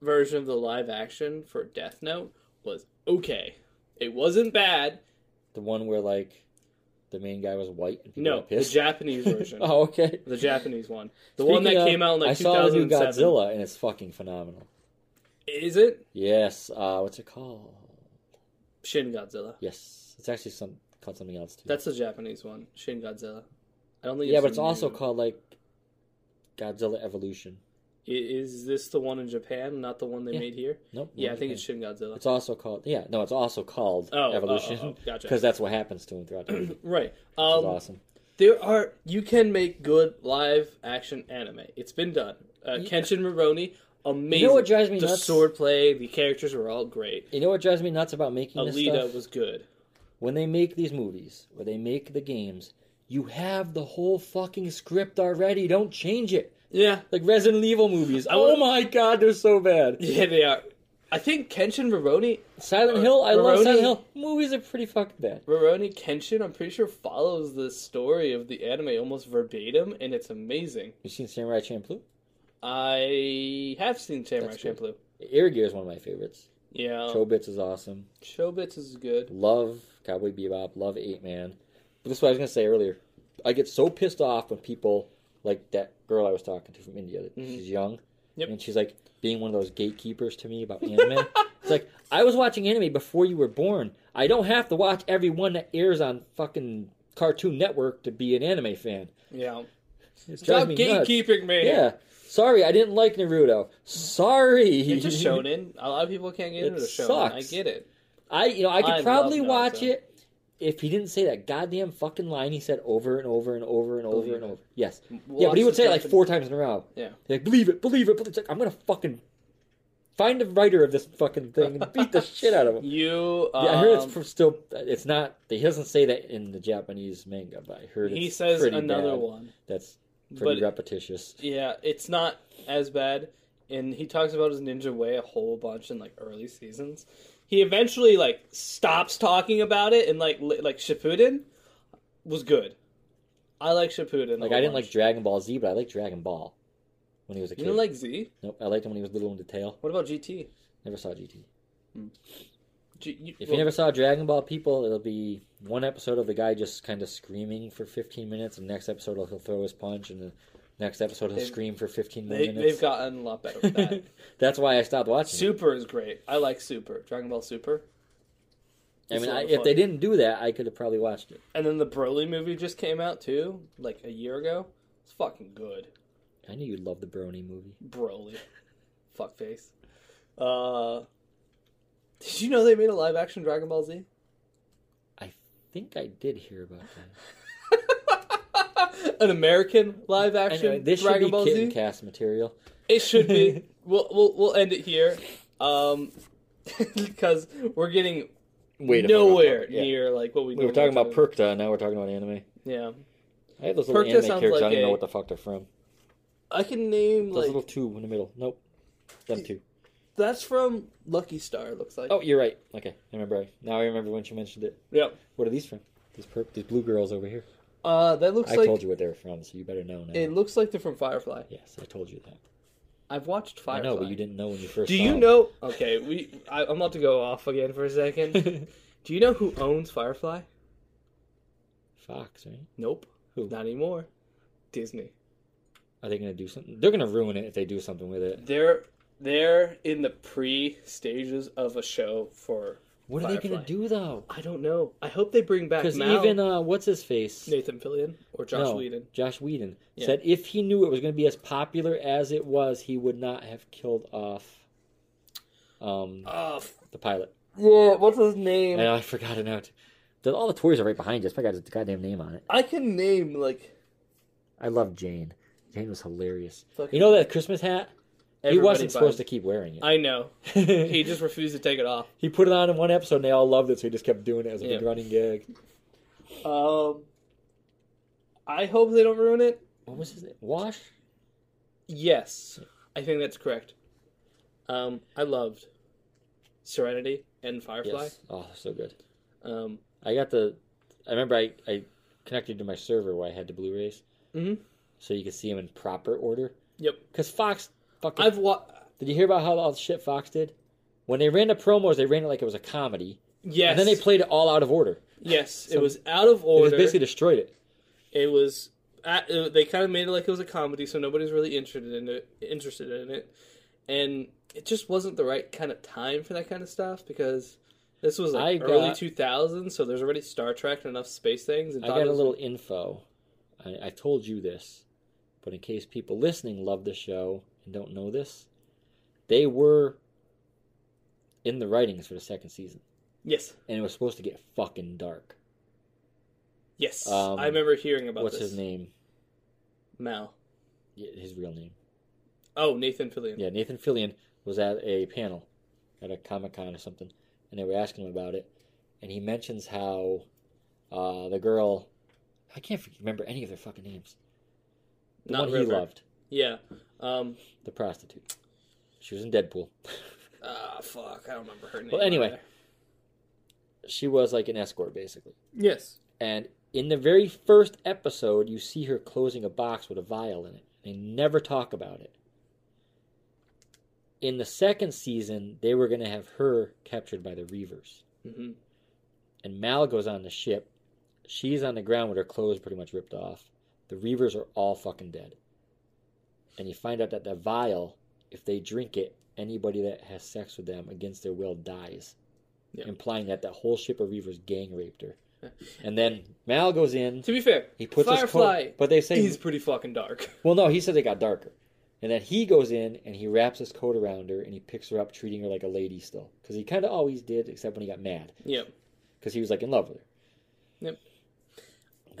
S1: version of the live action for Death Note was okay. It wasn't bad.
S2: The one where like the main guy was white and people
S1: No,
S2: got
S1: the
S2: pissed.
S1: Japanese version.
S2: oh, okay.
S1: The Japanese one. The one
S2: Speaking
S1: that
S2: of,
S1: came out in like
S2: I saw the new
S1: 2007.
S2: Godzilla and it's fucking phenomenal.
S1: Is it?
S2: Yes. Uh, what's it called?
S1: Shin Godzilla.
S2: Yes, it's actually some called something else too.
S1: That's the Japanese one. Shin Godzilla. I don't think
S2: yeah,
S1: it's
S2: but it's
S1: new.
S2: also called like Godzilla Evolution.
S1: I- Is this the one in Japan, not the one they
S2: Yeah.
S1: made here?
S2: Nope.
S1: Yeah,
S2: not
S1: I think
S2: Japan.
S1: it's Shin Godzilla.
S2: It's also called yeah. No, it's also called
S1: Oh, oh,
S2: Evolution
S1: oh, oh, gotcha.
S2: because that's what happens to him throughout the movie. Which
S1: Right.
S2: is
S1: Um,
S2: awesome.
S1: there are you can make good live action anime. It's been done. Uh, Kenshin Moroni, amazing.
S2: You know what drives me
S1: the
S2: nuts?
S1: sword play, the characters were all great.
S2: You know what drives me nuts about making this
S1: Alita
S2: stuff?
S1: was good.
S2: When they make these movies or they make the games, you have the whole fucking script already. Don't change it.
S1: Yeah,
S2: Like Resident Evil movies.
S1: I
S2: Oh
S1: wanna-
S2: my god, they're so bad.
S1: yeah, they are. I think Kenshin Moroni
S2: Silent
S1: Uh,
S2: Hill, I love
S1: Veroni-
S2: Silent Hill. Movies are pretty fucking bad.
S1: Rurouni Kenshin, I'm pretty sure, follows the story of the anime almost verbatim, and it's amazing.
S2: You seen Samurai Champloo?
S1: I have seen Samurai
S2: That's good.
S1: Champloo.
S2: Air Gear is one of my favorites.
S1: Yeah,
S2: Chobits is awesome.
S1: Chobits is good.
S2: Love Cowboy Bebop. Love Eight Man. But this is what I was gonna say earlier. I get so pissed off when people like that girl I was talking to from India. That She's young,
S1: Mm-hmm. Yep.
S2: and she's like being one of those gatekeepers to me about anime. it's like I was watching anime before you were born. I don't have to watch every one that airs on fucking Cartoon Network to be an anime fan.
S1: Yeah,
S2: It
S1: stop
S2: drives me nuts.
S1: gatekeeping me.
S2: Yeah. Sorry, I didn't like Naruto. Sorry.
S1: It's a shonen. A lot of people can't get
S2: It
S1: into the shonen.
S2: sucks.
S1: I get it.
S2: I you know I could
S1: I love
S2: probably
S1: Naruto.
S2: watch it if he didn't say that goddamn fucking line he said over and over and over and over
S1: Believe
S2: and
S1: it.
S2: over. Yes.
S1: Watch
S2: yeah, but he would
S1: the
S2: say it like
S1: Japan-
S2: four times in a row.
S1: Yeah.
S2: He's like believe it, believe it, believe it. It's like, I'm gonna fucking find the writer of this fucking thing and beat the shit out of him.
S1: You. Um,
S2: Yeah, I heard it's from still. It's not. He doesn't say that in the Japanese manga, but I heard
S1: He
S2: it's
S1: says
S2: pretty
S1: another
S2: bad.
S1: one.
S2: That's pretty
S1: But-
S2: repetitious.
S1: Yeah, it's not as bad. And he talks about his ninja way a whole bunch in like early seasons. He eventually like stops talking about it, and like li- like Shippuden was good. I like Shippuden. a
S2: Like
S1: whole
S2: I didn't
S1: bunch.
S2: like Dragon Ball Z, but I liked Dragon Ball when he was a
S1: You
S2: kid.
S1: didn't like Z?
S2: nope, I liked him when he was little in the tail.
S1: What about GT?
S2: Never saw GT.
S1: G- you,
S2: If
S1: well,
S2: you never saw Dragon Ball People, it'll be one episode of the guy just kind of screaming for 15 minutes, and next episode he'll throw his punch, and the next episode he'll
S1: They've-
S2: scream for 15 more
S1: they,
S2: minutes.
S1: they've gotten a lot better with that.
S2: That's why I stopped watching. it.
S1: Super is great. I like Super. Dragon Ball Super.
S2: I
S1: it's
S2: mean,
S1: a lot
S2: I,
S1: of
S2: if
S1: fun.
S2: they didn't do that, I could have probably watched it.
S1: And then the Broly movie just came out too, like a year ago. It's fucking good.
S2: I knew you'd love the Brony movie.
S1: Broly. Fuckface. Uh Did you know they made a live action Dragon Ball Z?
S2: I think I did hear about that.
S1: An American live action
S2: Anyway, this
S1: Dragon
S2: should be
S1: Ball
S2: Kitten
S1: Z?
S2: Cast material.
S1: It should be. we'll, we'll we'll end it here. Um because we're getting
S2: Wait,
S1: nowhere near like what we
S2: We were
S1: normally
S2: talking about
S1: do.
S2: Perkta, and now we're talking about anime.
S1: Yeah.
S2: I have those
S1: little
S2: little
S1: Perkta anime
S2: anime
S1: sounds characters,
S2: characters.
S1: I
S2: I
S1: like
S2: don't
S1: don't know
S2: know
S1: a- what
S2: what the
S1: the
S2: fuck they're from.
S1: I can name
S2: Those
S1: like
S2: little two in the middle. Nope, them two.
S1: that's from Lucky Star it looks like.
S2: Oh, you're right. Okay, I remember. I, now I remember when you mentioned it.
S1: Yep.
S2: What are these from? These purp- these blue girls over here.
S1: Uh that looks
S2: I
S1: like
S2: told you what they were from, so you better know now.
S1: it looks like they're from Firefly.
S2: yes, I told you that.
S1: I've watched Firefly.
S2: I know, but you didn't know when you first.
S1: Do
S2: saw
S1: you
S2: it.
S1: know? Okay, we. I, I'm about to go off again for a second. Do you know who owns Firefly?
S2: Fox? Right?
S1: Nope.
S2: Who?
S1: Not anymore. Disney.
S2: Are they gonna do something? They're gonna ruin it if they do something with it.
S1: They're they're in the pre stages of a show for.
S2: What are they gonna
S1: Firefly.
S2: do though?
S1: I don't know. I hope they bring back
S2: Because
S1: Mao,
S2: even uh, what's his face?
S1: Nathan Fillion or Josh
S2: No,
S1: Whedon.
S2: Josh Whedon
S1: Yeah.
S2: said if he knew it was going to be as popular as it was, he would not have killed off um,
S1: Oh,
S2: the pilot.
S1: yeah. What's his name?
S2: And I forgot it out. The- All the toys are right behind you. It's got his goddamn name on it.
S1: I can name like.
S2: I love Jane. Jane was hilarious.
S1: Fucking-
S2: You know that Christmas hat? he
S1: Everybody
S2: wasn't supposed to
S1: buys-
S2: keep wearing it.
S1: I know. He
S2: he,
S1: just refused to take it off.
S2: put it on in one episode and they all loved it, so he just kept doing it as a big
S1: Yeah.
S2: running gag.
S1: Um. I hope they don't ruin it.
S2: What was his name? Wash?
S1: Yes, I think that's correct. Um, I loved Serenity and Firefly.
S2: Yes. Oh, so good.
S1: Um,
S2: I got the. I remember I, I connected to my server where I had the Blu rays
S1: Mhm.
S2: so you could see them in proper order.
S1: yep,
S2: Because Fox fucking.
S1: I've wa-
S2: Did you hear about how all the shit Fox did? When they ran the promos, they ran it like it was a comedy.
S1: yes,
S2: And then they played it all out of order.
S1: yes. It
S2: some-
S1: was out of
S2: They
S1: order.
S2: just basically destroyed it.
S1: it was at, it- they kind of made it like it was a comedy, so nobody's really interested in it. Interested in it, and it just wasn't the right kind of time for that kind of stuff because. This was like
S2: I
S1: early
S2: got-
S1: 2000s, so there's already Star Trek and enough space things. And
S2: I
S1: thought
S2: got
S1: it
S2: a
S1: was-
S2: little info. I, I told you this, but in case people listening love the show and don't know this, they were in the writings for the second season,
S1: Yes,
S2: and it was supposed to get fucking dark.
S1: yes.
S2: Um,
S1: I remember hearing about
S2: What's
S1: this.
S2: his name?
S1: Mal.
S2: Yeah, His real name?
S1: Oh, Nathan Fillion.
S2: Yeah, Nathan Fillion was at a panel at a comic con or something, and they were asking him about it, and he mentions how uh, the girl. I can't remember any of their fucking names. The
S1: Not
S2: one
S1: River.
S2: he loved,
S1: Yeah. Um.
S2: the prostitute. She was in Deadpool.
S1: Ah, fuck. I don't remember her name.
S2: Well, anyway.
S1: either.
S2: she was like an escort basically.
S1: Yes.
S2: And in the very first episode, you see her closing a box with a vial in it. They never talk about it. in the second season, they were going to have her captured by the Reavers.
S1: hmm
S2: And Mal goes on the ship. She's on the ground with her clothes pretty much ripped off. The Reavers are all fucking dead. And you find out that that vial, if they drink it, anybody that has sex with them against their will dies.
S1: Yeah.
S2: Implying that that whole ship of Reavers gang raped her. And then Mal goes in.
S1: To be fair,
S2: He puts his
S1: Firefly
S2: coat. But they say
S1: is pretty fucking dark.
S2: well, no, he said they got darker. And then he goes in and he wraps his coat around her and he picks her up, treating her like a lady still. Because he kind of always did, except when he got mad.
S1: Yep.
S2: Because he was like in love with her.
S1: Yep.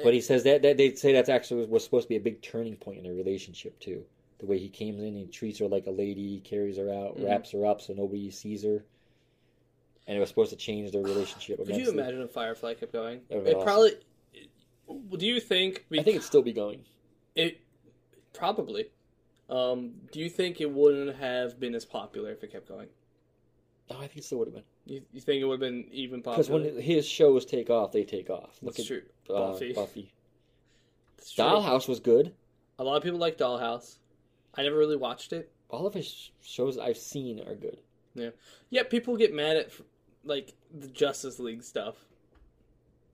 S2: But he says that, that they say that's actually was supposed to be a big turning point in their relationship, too. The way he came in and treats her like a lady, carries her out,
S1: Mhm.
S2: wraps her up so nobody sees her. And it was supposed to change their relationship.
S1: Could you
S2: immensely.
S1: imagine if Firefly kept going?
S2: That would've
S1: It
S2: been awesome.
S1: probably. Well, Do you think?
S2: I think it'd still be going.
S1: it probably. Um, do you think it wouldn't have been as popular if it kept going?
S2: No, I think it still would have been.
S1: You, you think it would have been even
S2: Because
S1: popular?
S2: when his shows take off, they take off. Look
S1: That's true.
S2: at uh,
S1: Buffy.
S2: Buffy.
S1: That's true.
S2: Dollhouse was good.
S1: A lot of people like Dollhouse. I never really watched it.
S2: All of his sh- shows I've seen are good.
S1: Yeah, people get mad at like the Justice League stuff.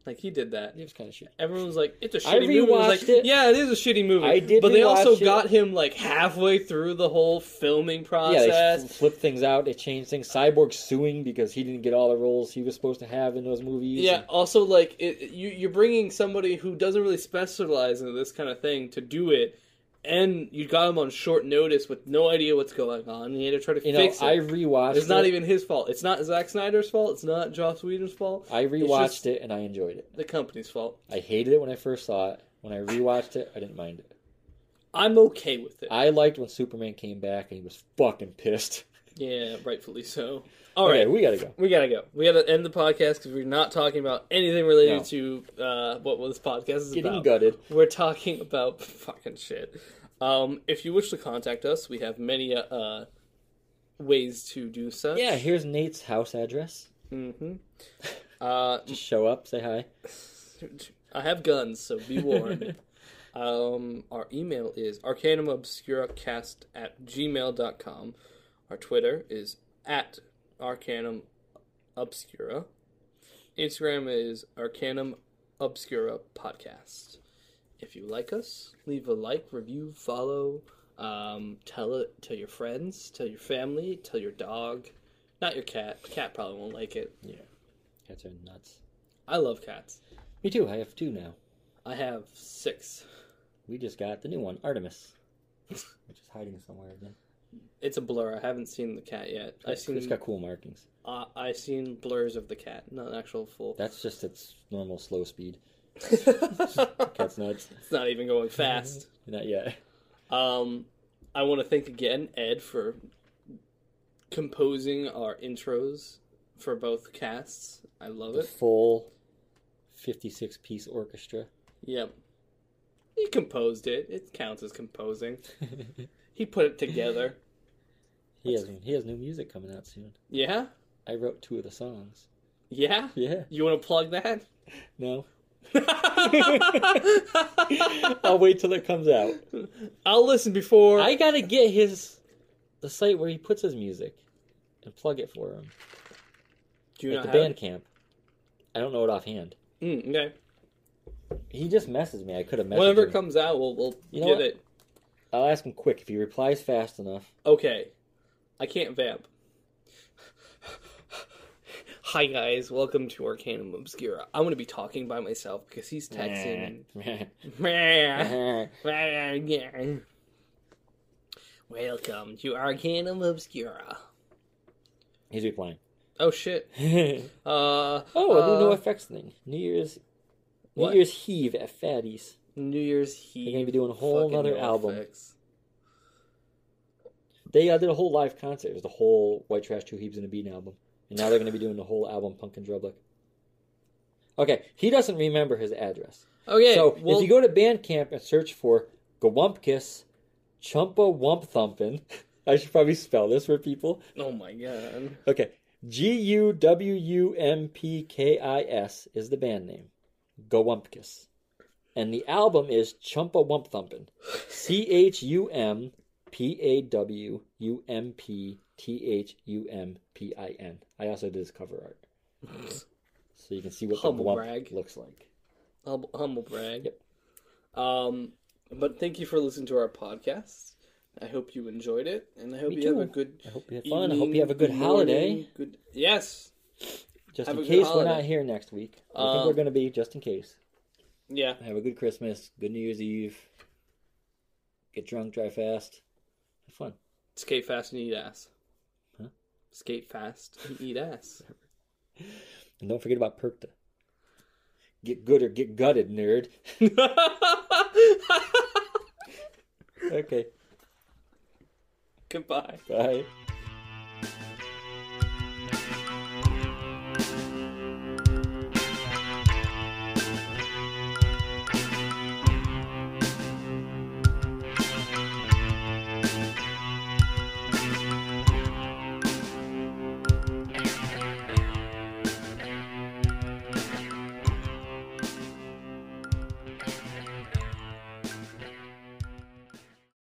S1: Like he did that.
S2: It was kind of shit.
S1: Everyone was like, "It's a
S2: I
S1: shitty movie." I was like,
S2: rewatched it.
S1: "Yeah, it is a shitty movie."
S2: I did
S1: but they also
S2: rewatch it.
S1: got him like halfway through the whole filming
S2: Yeah,
S1: process.
S2: they f- flip things out. They change things. Cyborg suing because he didn't get all the roles he was supposed to have in those movies.
S1: Yeah. Also, like it, it- you, you're bringing somebody who doesn't really specialize in this kind of thing to do it, and you got him on short notice with no idea what's going on. And you had to try to
S2: you know,
S1: fix
S2: I
S1: it.
S2: rewatched.
S1: It's not
S2: it.
S1: even his fault. It's not Zack Snyder's fault. It's not Joss Whedon's fault.
S2: I rewatched
S1: it's just-
S2: it and I enjoyed it.
S1: The company's fault.
S2: I hated it when I first saw it. When I rewatched it, I didn't mind it.
S1: I'm okay with it.
S2: I liked when Superman came back and he was fucking pissed.
S1: yeah, rightfully so. All right,
S2: okay, we gotta go.
S1: we gotta go. We gotta end the podcast because we're not talking about anything related
S2: No.
S1: to uh, what this podcast is
S2: Getting
S1: about.
S2: gutted.
S1: We're talking about fucking shit. Um, if you wish to contact us, we have many uh, uh, ways to do so.
S2: Yeah, here's Nate's house address.
S1: hmm Uh,
S2: Just show up, say hi.
S1: I have guns, so be warned. um, our email is arcanumobscuracast at gmail.com. Our Twitter is at arcanum obscura. Instagram is arcanum obscura podcast. If you like us, leave a like, review, follow, um, tell it, tell your friends, tell your family, tell your dog, not your cat. Cat probably won't like it.
S2: Yeah, cats are nuts.
S1: I love cats.
S2: Me too. I have two now.
S1: I have six.
S2: We just got the new one, Artemis, which is hiding somewhere again.
S1: It's a blur. I haven't seen the cat yet. I
S2: It's- it's
S1: seen
S2: got cool markings.
S1: uh, I seen blurs of the cat, not actual full.
S2: That's just its normal slow speed.
S1: it's
S2: Cat's nuts.
S1: not even going fast.
S2: Not yet.
S1: Um, I want to thank again Ed for composing our intros for both casts. I love
S2: The
S1: it.
S2: full fifty-six piece orchestra.
S1: Yep. He composed it. It counts as composing. He put it together.
S2: he has he has new music coming out soon.
S1: Yeah?
S2: I wrote two of the songs.
S1: Yeah?
S2: Yeah.
S1: You want to plug that?
S2: No. I'll wait till it comes out.
S1: I'll listen before.
S2: I gotta get his the site where he puts his music and plug it for him
S1: Do you
S2: at
S1: not
S2: the
S1: have
S2: band camp. I don't know it offhand.
S1: Mm, okay.
S2: He just messes me. I could have messaged
S1: Whenever
S2: him.
S1: it comes out, we'll we'll
S2: You know
S1: get
S2: what?
S1: it.
S2: I'll ask him quick if he replies fast enough.
S1: Okay. I can't vamp. Hi guys, welcome to Arcanum Obscura. I'm gonna be talking by myself because he's texting. Meh. Meh, yeah. welcome to Arcanum Obscura.
S2: He's replying.
S1: Oh shit.
S2: oh,
S1: Uh
S2: a new no
S1: uh,
S2: effects thing. New Year's New
S1: What?
S2: Year's Heave at Fatty's.
S1: New Year's Heat.
S2: gonna be doing a whole
S1: Fucking
S2: nother
S1: no
S2: album.
S1: effects.
S2: They uh, did a whole live concert. It was the whole White Trash Two Heaves and a Bean album. And now they're gonna be doing the whole album Punk and Drublick. Okay, he doesn't remember his address.
S1: Okay,
S2: so
S1: well,
S2: if you go to Bandcamp and search for Gwumpkiss Chumpa Wump Thumpin', I should probably spell this for people.
S1: oh my god.
S2: Okay. G U W U M P K I S is the band name. Gowumpkus. And the album is Chumpa Wump Thumpin'. C H U M P A W U M P T H U M P I N. I also did his cover art. so you can see what
S1: Humble
S2: the lump
S1: brag.
S2: looks like.
S1: Humble, humble brag.
S2: Yep.
S1: Um, but thank you for listening to our podcast. I hope you enjoyed it, and I hope
S2: Me
S1: you have a
S2: too.
S1: good.
S2: I hope you had fun. I hope you have a
S1: evening,
S2: good holiday.
S1: morning, Good. Yes.
S2: Just
S1: Have
S2: in
S1: a good
S2: case we're not
S1: holiday.
S2: here next week. I
S1: Um,
S2: think we're going to be, just in case.
S1: Yeah.
S2: Have a good Christmas. Good New Year's Eve. Get drunk, drive fast. Have fun.
S1: Skate fast and eat ass.
S2: Huh?
S1: Skate fast and eat ass.
S2: And don't forget about Perkta. Get good or get gutted, nerd. okay.
S1: Goodbye.
S2: Bye.